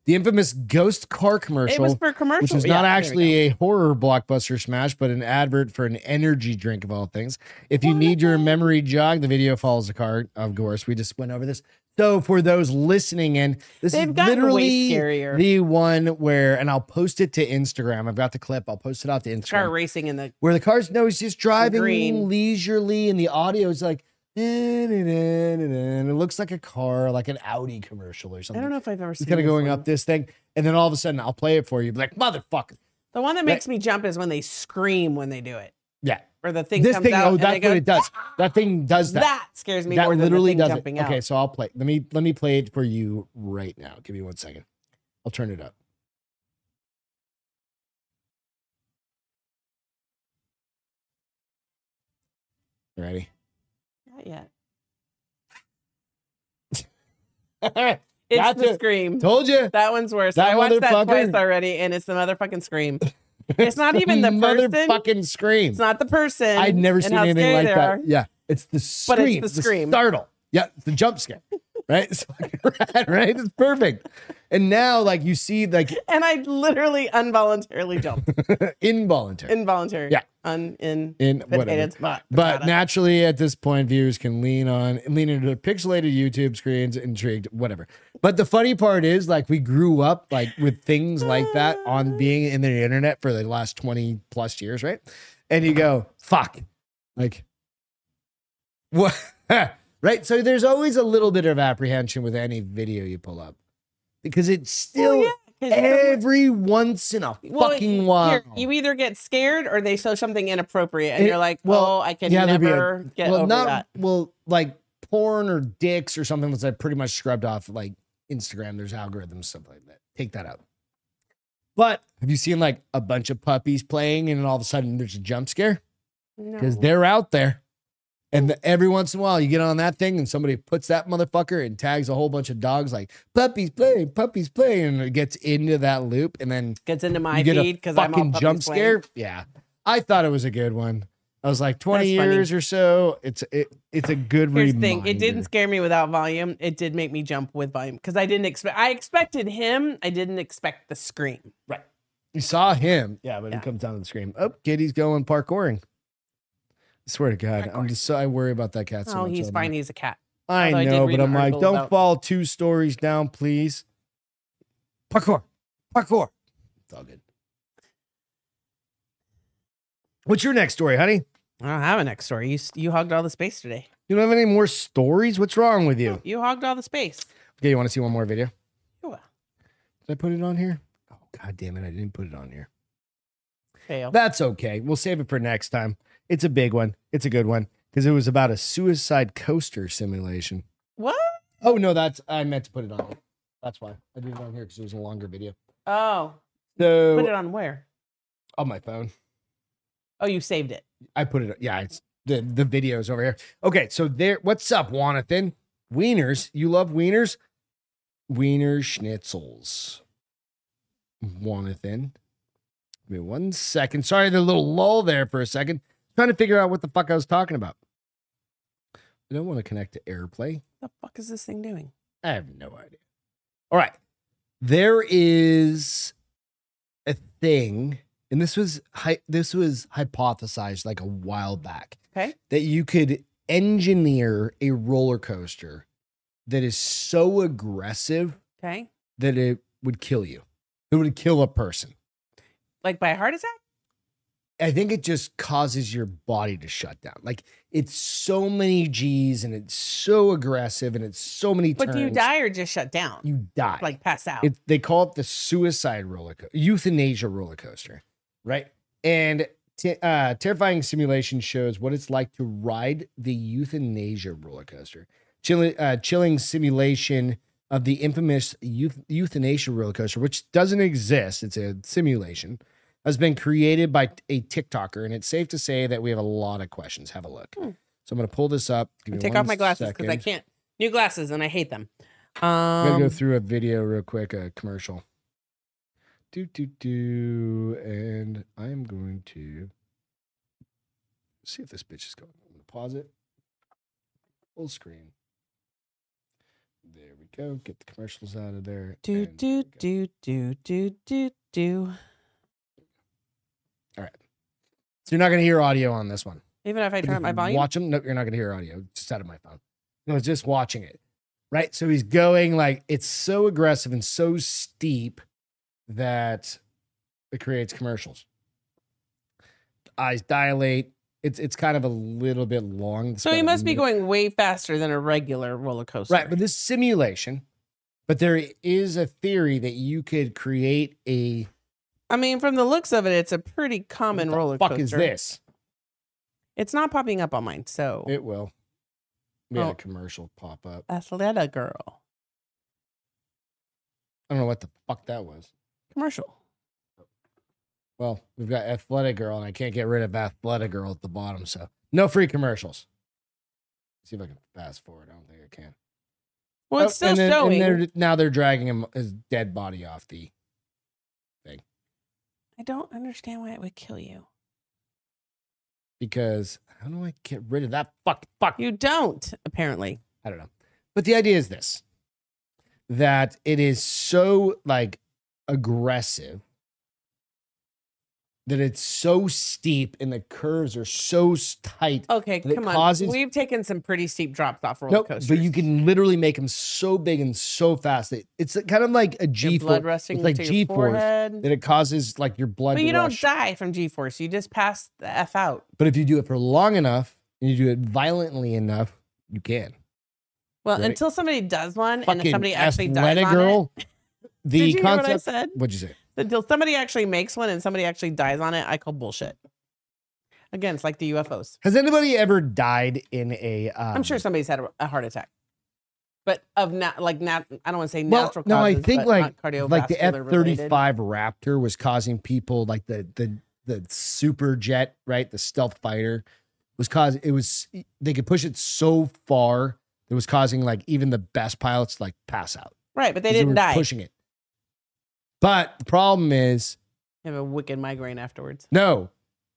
the infamous ghost car commercial
It was for commercial.
which is
yeah,
not
there we
actually
go.
a horror blockbuster smash, but an advert for an energy drink of all things. If you need your memory jogged, the video follows the card. Of course, we just went over this. So for those listening in, this
They've
is
gotten way
literally
scarier.
the one where, and I'll post it to Instagram. I've got the clip. I'll post it out to
Car
Instagram.
racing in the
Where the car's no, he's just driving
green.
leisurely, and the audio is like, "Eh, nah, nah, nah, nah," and it looks like a car, like an Audi commercial or
I
something.
don't know if I've ever seen.
He's kind of
this
going
one.
up this thing, and then all of a sudden, I'll play it for you. Be like, motherfucker.
The one that makes me jump is when they scream when they do it,
Yeah.
or the thing
this
comes
thing,
out.
oh,
and they
that's
go, "Ah!"
what it does. That thing does
That,
that.
scares me
That
more
literally
than the
does
thing
it.
jumping out.
Okay, so I'll play. Let me let me play it for you right now. Give me one second. I'll turn it up. You Ready? [LAUGHS]
Not yet. It's
That's
the
it.
scream.
Told you.
That one's worse.
That
I watched that
motherfucker-
twice already, and it's the
[LAUGHS]
motherfucking scream. It's not [LAUGHS] even the person.
motherfucking scream.
It's not the person.
I'd never
and
seen
how
anything
scary
like
they
that.
are.
Yeah, it's the
But
scream,
it's the scream.
startle. Yeah, it's the jump scare, right? It's fucking rad, [LAUGHS] right? It's perfect. And now, like you see, like [LAUGHS]
And I literally involuntarily jumped.
involuntary
Involuntary.
Yeah.
Un in.
in
[LAUGHS] But it
whatever.
is not.
But naturally, at this point, viewers can lean on lean into their pixelated YouTube screens, intrigued, whatever. But the funny part is, like, we grew up like with things like that on being in the internet for the last twenty plus years, right? And you go, fuck, like, what? [LAUGHS] right? So there's always a little bit of apprehension with any video you pull up because it's still
Well, yeah, [LAUGHS] 'cause you don't-
every once in a
Well,
fucking
you're-
while.
You either get scared or they show something inappropriate, and
It-
you're like,
well,
"Oh, I can
there'd be a-
never get over that."
Well, like porn or dicks or something was like pretty much scrubbed off like Instagram. There's algorithms, stuff like that. Take that out. But have you seen like a bunch of puppies playing and then all of a sudden there's a jump scare? Because
No.
they're out there. And the- every once in a while you get on that thing and somebody puts that motherfucker and tags a whole bunch of dogs like puppies play, puppies play. And it gets into that loop. And then
Gets into my
you get
feed
a
because I'm all
fucking
puppies
jump
playing.
scare. Yeah, I thought it was a good one. I was like twenty
That's funny.
years or so. It's it, it's a good
Here's the
reminder.
thing: it didn't scare me without volume. It did make me jump with volume because I didn't expect. I expected him. I didn't expect the scream.
Right, you saw him. Yeah, but
Yeah.
he comes down and scream. Oh, Kitty's going parkouring. I swear to God, I'm
Parkour.
just so I worry about that cat. So
oh,
much
he's
all
fine.
night.
He's a cat.
I
Although I did
know,
read
but
an
I'm like,
article
don't
about-
fall two stories down, please. Parkour, parkour. It's all good. What's your next story, honey?
I don't have a next story. You s- you hogged all the space today.
You don't have any more stories? What's wrong with you?
You hogged all the space.
Okay, you want to see one more video?
Sure.
Did I put it on here? Oh god damn it, I didn't put it on here.
Fail.
That's okay. We'll save it for next time. It's a big one. It's a good one because it was about a suicide coaster simulation.
What?
Oh no, that's I meant to put it on. here. That's why I did it on here because it was a longer video.
Oh, put it
So
on where?
on my phone,
Oh, you saved it.
I put it. Yeah, it's the the videos over here. Okay, so there. What's up, Wanathan? Wieners. You love wieners. Wiener schnitzels. Wanathan. Give me one second. Sorry, the little lull there for a second. Trying to figure out what the fuck I was talking about. I don't want to connect to AirPlay.
The fuck is this thing doing?
I have no idea. All right. There is a thing, and this was hy- this was hypothesized like a while back
Okay.
that you could engineer a roller coaster that is so aggressive
Okay.
that it would kill you. It would kill a person.
Like by a heart attack?
I think it just causes your body to shut down. Like it's so many G's and it's so aggressive and it's so many
But do you
turns.
die or just shut down?
You die.
like pass out.
It, they call it the suicide roller coaster, euthanasia roller coaster, right? And t- uh, terrifying simulation shows what it's like to ride the euthanasia roller coaster. Chilling, uh, chilling simulation of the infamous euth- euthanasia roller coaster, which doesn't exist. It's a simulation. Has been created by a TikToker, and it's safe to say that we have a lot of questions. Have a look.
Hmm.
So I'm going to pull this up. Give me
Take
one
off my glasses because I
second.
can't. New glasses and I hate them.
I'm gonna
Um,
go through a video real quick, a commercial. Do do do, and I am going to see if this bitch is going. I'm gonna pause it. Full screen. There we go. Get the commercials out of there.
do
and there
do
we go.
do do do do do.
All right. So you're not gonna hear audio on this one.
Even if I
But if
turn up my
you
volume.
Watch him. No, you're not gonna hear audio. It's just out of my phone. No, it's just watching it. Right. So he's going like it's so aggressive and so steep that it creates commercials. Eyes dilate. It's it's kind of a little bit long. It's
So he
about a
must be
minute.
going way faster than a regular roller coaster.
Right, but this simulation. But there is a theory that you could create a
I mean, from the looks of it, it's a pretty common
what the
roller
fuck
coaster.
is this?
It's not popping up on mine. So
It will. We had
Oh.
a commercial pop up.
Athleta Girl
I don't know what the fuck that was.
commercial.
Well, we've got Athletic Girl, and I can't get rid of Athletic Girl at the bottom, so no free commercials. see if I can fast forward. I don't think I can.
Well,
Oh,
it's still
and then- and
showing.
they're- now they're dragging him his dead body off the.
I don't understand why it would kill you.
Because how do I get rid of that? Fuck, fuck.
You don't apparently.
I don't know. But the idea is this that it is so like aggressive that it's so steep and the curves are so s- tight
Okay,
And it
come on.
causes-
We've taken some pretty steep drops off roller
Nope,
coasters.
but you can literally make them so big and so fast that it's kind of like a
Your
G
blood
force
rushing
like
to your
G-force
forehead.
that it causes like your blood.
But
to
you don't
rush.
die from G force. You just pass the F out.
But if you do it for long enough and you do it violently enough, you can.
Well,
Right.
until somebody does one and
Fucking
somebody actually dies
athletic
on it. [LAUGHS]
girl. The
Did you
concept.
hear what I said?
would you say?
Until somebody actually makes one and somebody actually dies on it, I call bullshit. Again, it's like the UFOs.
Has anybody ever died in a? Um,
I'm sure somebody's had a, a heart attack, but of not like not. I don't want to say
Well,
natural.
no, I
causes,
think
but
like
not
like the F
cardiovascular
thirty
related.
five Raptor was causing people like the the the super jet right the stealth fighter was causing it was e, they could push it so far that it was causing like even the best pilots to, like pass out.
Right, but they
'cause
didn't
were
die.
pushing it. But the problem is
You have a wicked migraine afterwards.
no,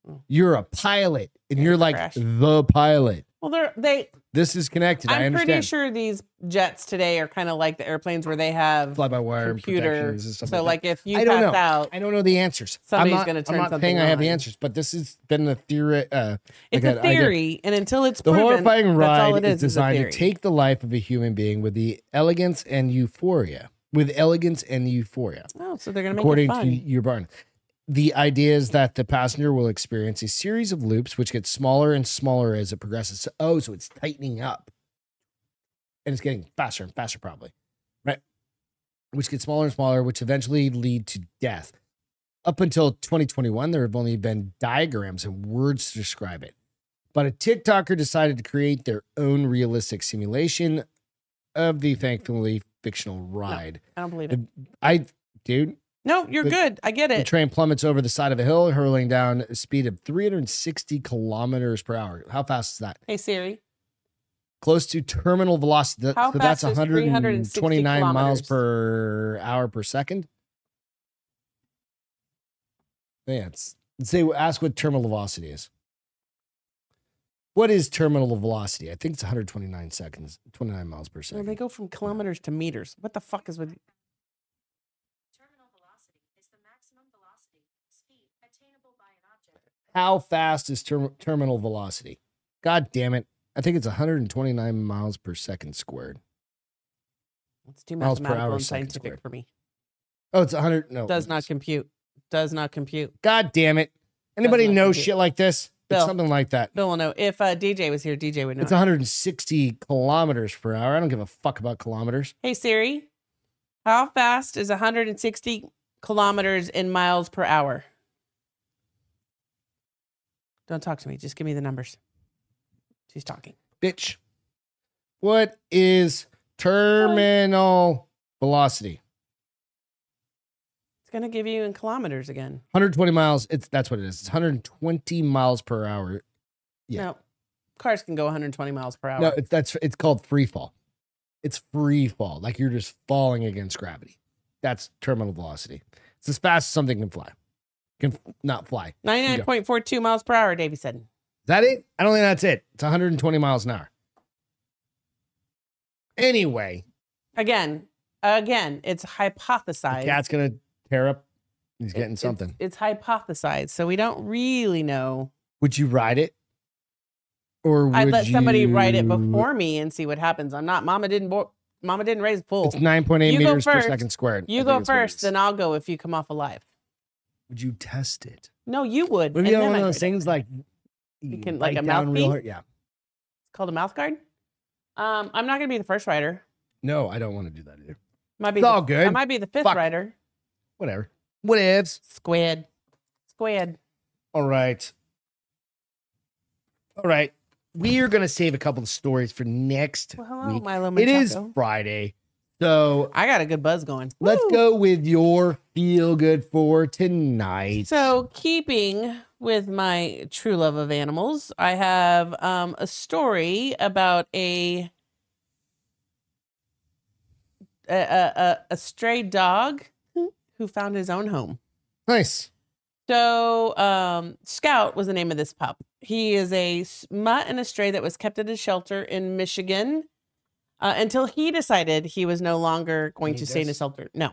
Mm.
you're a pilot and you're like
Crash.
the pilot.
Well, they're they.
This is connected. i
I'm pretty
understand.
sure these jets today are kind of like the airplanes where they have
Fly by wire
computer.
protections and stuff
So
like that.
like if you
I don't
pass
know.
out,
I don't know the answers.
Somebody's
I'm not,
gonna turn
I'm not
something
saying I have the
on.
answers, but this has been a theory. Uh,
it's
like
a
idea.
theory, and until it's
The
proven,
horrifying
that's all
ride
it
is,
is, is a
designed to
theory.
take the life of a human being with the elegance and euphoria. With elegance and euphoria,
Oh, so they're gonna make
according
it fun.
to your barn. The idea is that the passenger will experience a series of loops which get smaller and smaller as it progresses. So, oh, so it's tightening up. And it's getting faster and faster, probably. Right. Which gets smaller and smaller, which eventually lead to death. Up until 2021, there have only been diagrams and words to describe it. But a TikToker decided to create their own realistic simulation of the thankfully fictional ride.
I don't believe it.
I, dude,
No, you're
the-
good. I get
the
it.
train plummets over the side of a hill, hurling down a speed of 360 kilometers per hour. How fast is that?
Hey Siri.
Close to terminal velocity. That-
How
so that's
fast is 360
129 miles
kilometers?
per hour per second. Yeah, it's, say, ask what terminal velocity is. What is terminal velocity? I think it's 129 seconds, 29 miles per
Well,
second.
they go from kilometers to meters. What the fuck is with
Terminal velocity is the maximum velocity, speed attainable by an object.
How fast is ter- terminal velocity? God damn it. I think it's 129 miles per second squared.
it's too
Miles per
mathematical
hour,
and
second
scientific
squared.
for me.
Oh, it's 100. No.
Does not compute. Does not compute.
God damn it. Anybody
not
know
compute.
shit like this? It's
Bill.
something like that.
Bill will know. If uh, DJ was here, DJ would know.
It's 160 kilometers per hour. I don't give a fuck about kilometers.
hey Siri. How fast is 160 kilometers in miles per hour? Don't talk to me. Just give me the numbers. She's talking.
Bitch. What is terminal velocity?
It's gonna give you in kilometers again.
120 miles. It's that's what it is. It's 120 miles per hour. Yeah.
No. Cars can go 120 miles per hour.
No, it's that's it's called free fall. It's free fall, like you're just falling against gravity. That's terminal velocity. It's as fast as something can fly. Can f- not fly. Is
99.42 miles per hour, Davey said.
that it? I don't think that's it. It's 120 miles an hour. Anyway,
Again, again, it's hypothesized.
the cat's gonna tear up. He's
It-
getting
it's-
something.
It's, hypothesized, so we don't really know.
Would you ride it? Or would
I'd let somebody write it
you-
before me and see what happens. I'm not. Mama didn't. Bo- Mama didn't raise a pool.
It's 9.8
You go
meters per
first.
second squared. I
You
think
go
that's what it
first,
is.
then I'll go if you come off alive.
would you test it?
No, you would.
Would it be like
and then
one of
I
those
would.
things like
You can- like
bite
a
down real
mouthpiece?
hard? Yeah.
It's called a mouth guard. Um, I'm not gonna be the first rider.
No, I don't want to do that either.
Might be.
It's
the-
all good.
I might be the fifth
Fuck.
rider.
Whatever. What ifs?
Squid. Squid.
All right. All right. We are going to save a couple of stories for next
Well, hello,
week.
Milo.
It is
Manchaco.
Friday. So
I got a good buzz going.
let's
Woo!
go with your feel good for tonight.
So, keeping with my true love of animals, I have um, a story about a a, a a- a stray dog
Hmm.
who found his own home.
nice.
So, um, Scout was the name of this pup. He is a s- mutt and a stray that was kept at a shelter in Michigan uh, until he decided he was no longer going
Need
to stay in a
this? Oh.
shelter. No.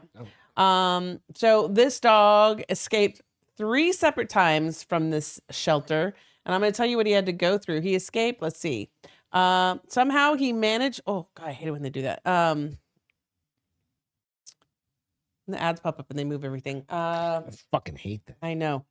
Um, so this dog escaped three separate times from this shelter, and I'm going to tell you what he had to go through. He escaped. Let's see. Um, somehow he managed. Oh God, I hate it when they do that. Um, the ads pop up and they move everything. Uh,
I fucking hate that.
I know.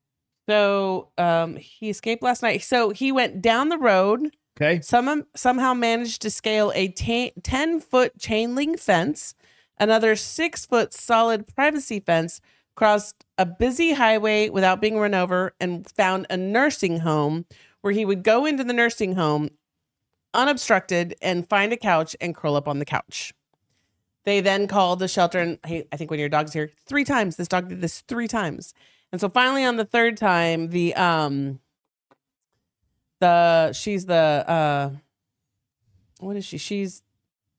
So um, he escaped last night. So he went down the road
Okay.
some somehow managed to scale a ta- 10 foot chain link fence, another six foot solid privacy fence, crossed a busy highway without being run over, and found a nursing home where he would go into the nursing home unobstructed and find a couch and curl up on the couch. They then called the shelter, and hey, I think when your dog's here, three times. This dog did this three times, and so finally on the third time, the um, the she's the uh, what is she? She's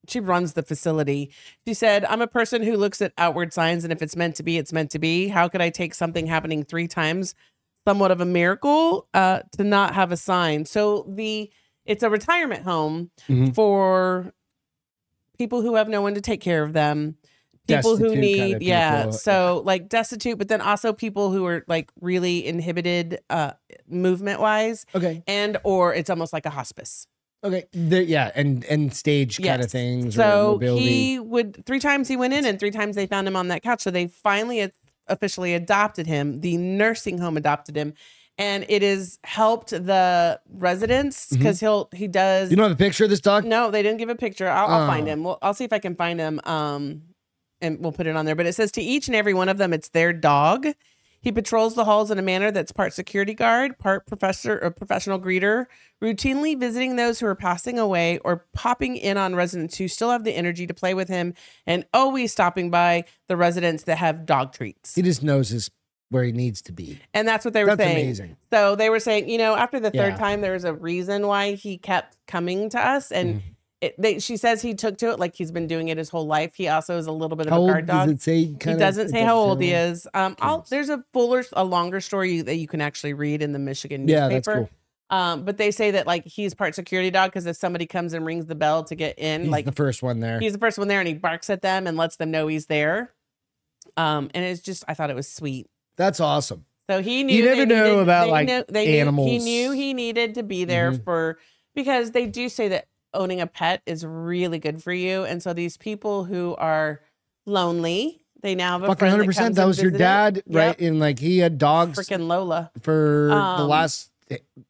she runs the facility. She said, "I'm a person who looks at outward signs, and if it's meant to be, it's meant to be. How could I take something happening three times, somewhat of a miracle, uh, to not have a sign?" So the it's a retirement home
Mhm.
for people who have no one to take care of them people
Destitute
who
kind
need
of
yeah
people,
so like destitute but then also people who are like really inhibited uh movement wise
Okay.
and or it's almost like a hospice
Okay. The- yeah. And and stage kind of
Yes.
things. or
so
mobility.
he would three times he went in and three times they found him on that couch so they finally a- officially adopted him the nursing home adopted him and it has helped the residents
Mm-hmm.
because he'll he does
you don't have a picture of this dog?
No, they didn't give a picture. I'll, I'll find
Oh.
him. We'll, I'll see if I can find him. Um, and we'll put it on there. But it says to each and every one of them, it's their dog. He patrols the halls in a manner that's part security guard, part professor or professional greeter, routinely visiting those who are passing away or popping in on residents who still have the energy to play with him, and always stopping by the residents that have dog treats.
He just knows his where he needs to be.
And that's what they were
That's
saying.
amazing.
So they were saying, you know, after the third
Yeah.
time, there was a reason why he kept coming to us, and
Mm-hmm.
it, they, she says he took to it like he's been doing it his whole life. He also is a little bit of
How
a
old
guard
does
dog.
it say?
He
kinda?
doesn't
It
say how old he
say.
is. Um, I'll, there's a fuller, a longer story that you can actually read in the Michigan newspaper.
Yeah, that's cool.
Um, but they say that like he's part security dog because if somebody comes and rings the bell to get in,
He's
like
the first one there.
he's the first one there, and he barks at them and lets them know he's there. Um, and it's just I thought it was sweet.
That's awesome.
So he knew.
never
they
know
needed-
about,
they
like,
knew- they knew- he
animals.
knew he needed to be there
Mhm.
for because they do say that owning a pet is really good for you, and so these people who are lonely, they now have a
Fucking
friend
hundred
that
percent.
comes
That
and
was your
visits.
dad, right?
Yep.
And like he had dogs
Freaking Lola.
for the
um,
last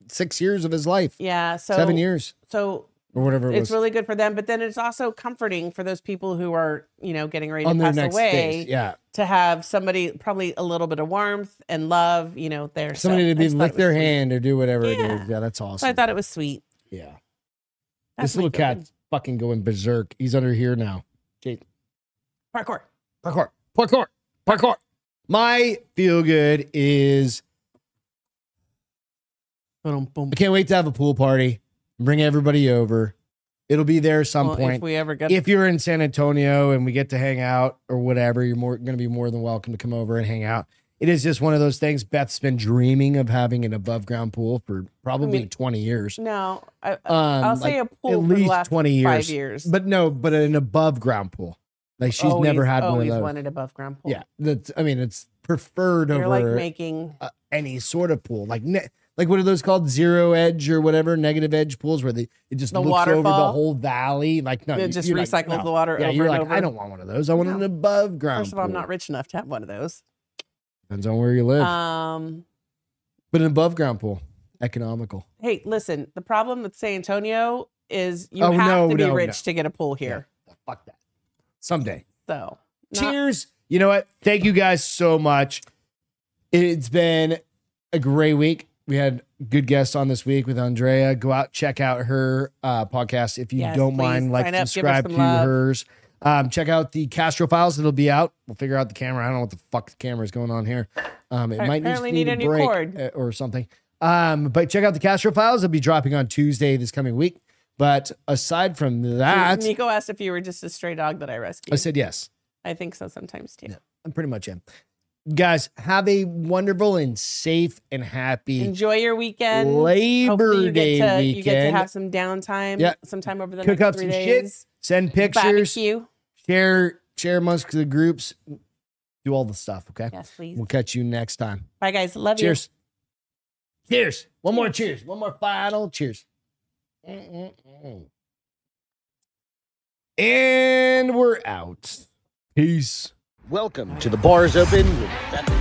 six years of his life,
Yeah. So
seven years
So
or whatever it was.
it's really good for them, but then it's also comforting for those people who are, you know, getting ready
on
to
their
pass
next
away
phase. Yeah,
to have somebody probably a little bit of warmth and love, you know, there. So
somebody
I
to be
just thought
lick
it was
their
sweet.
hand or do whatever it
Yeah.
is. Yeah, that's
So I
awesome.
thought it was sweet.
yeah,
That's
this
my
little
feeling.
cat's fucking going berserk. He's under here now.
parkour.
Parkour, parkour, parkour. My feel good is
Boom, boom.
I can't wait to have a pool party. Bring everybody over. It'll be there some
Well,
point.
If we ever get
if you're in San Antonio and we get to hang out or whatever, you're more going to be more than welcome to come over and hang out. It is just one of those things. Beth's been dreaming of having an above ground pool for probably
I mean,
20 years.
no, I, I-
Um,
Mm. Uh, I'll
like,
say a pool
at
for the
least
last
20
five
years.
years.
But no, but an above ground pool. Like she's
always,
never had one
always
of those.
wanted above ground pool.
Yeah, that's. I mean, it's preferred
You're like
over
making
uh, any sort of pool. Like ne- like what are those called? Zero edge or whatever? Negative edge pools where they it just
The
looks over the
waterfall?
whole valley. Like no,
it
you-
just
you're like,
recycles
no.
the water
Yeah,
over
you're
and
like,
over.
I don't want one of those. I want an
No.
above ground.
First of all, I'm
pool."
not rich enough to have one of those.
Depends on where you live,
Um,
but an above ground pool, economical.
hey, listen, the problem with San Antonio is you
Oh,
have
no,
to be
no, no.
rich to get a pool here.
Yeah, fuck that. Someday.
So not-
Cheers. You know what? Thank you guys so much. It's been a great week. We had good guests on this week with Andrea. Go out, check out her uh, podcast if you
Yes,
don't
please.
mind. Like,
Sign up, give us
subscribe
some
to
love.
hers. Um, check out the Castro files. It'll be out. We'll figure out the camera. I don't know what the fuck the camera is going on here. Um, it
I
might
apparently
need,
need a new
break
cord.
uh, or something. Um, but check out the Castro files. It'll be dropping on Tuesday this coming week. But aside from that,
Nico asked if you were just a stray dog that I rescued.
I
I,
said yes.
think so sometimes too.
I'm pretty much in. Guys, have a wonderful and safe and happy
Enjoy your weekend. Hopefully
Labor
you
Day
get to,
weekend.
You get to have some downtime.
Yeah.
Sometime over the
Cook
next
up
three
some
days.
Send pictures,
Barbecue.
share, share amongst the groups, do all the stuff. Okay.
Yes, please.
We'll catch you next time.
Bye, guys. Love you.
Cheers. Cheers. One more cheers. One more final cheers. Mm-mm-mm. And we're out. Peace.
Welcome to the Bars Open with Beth and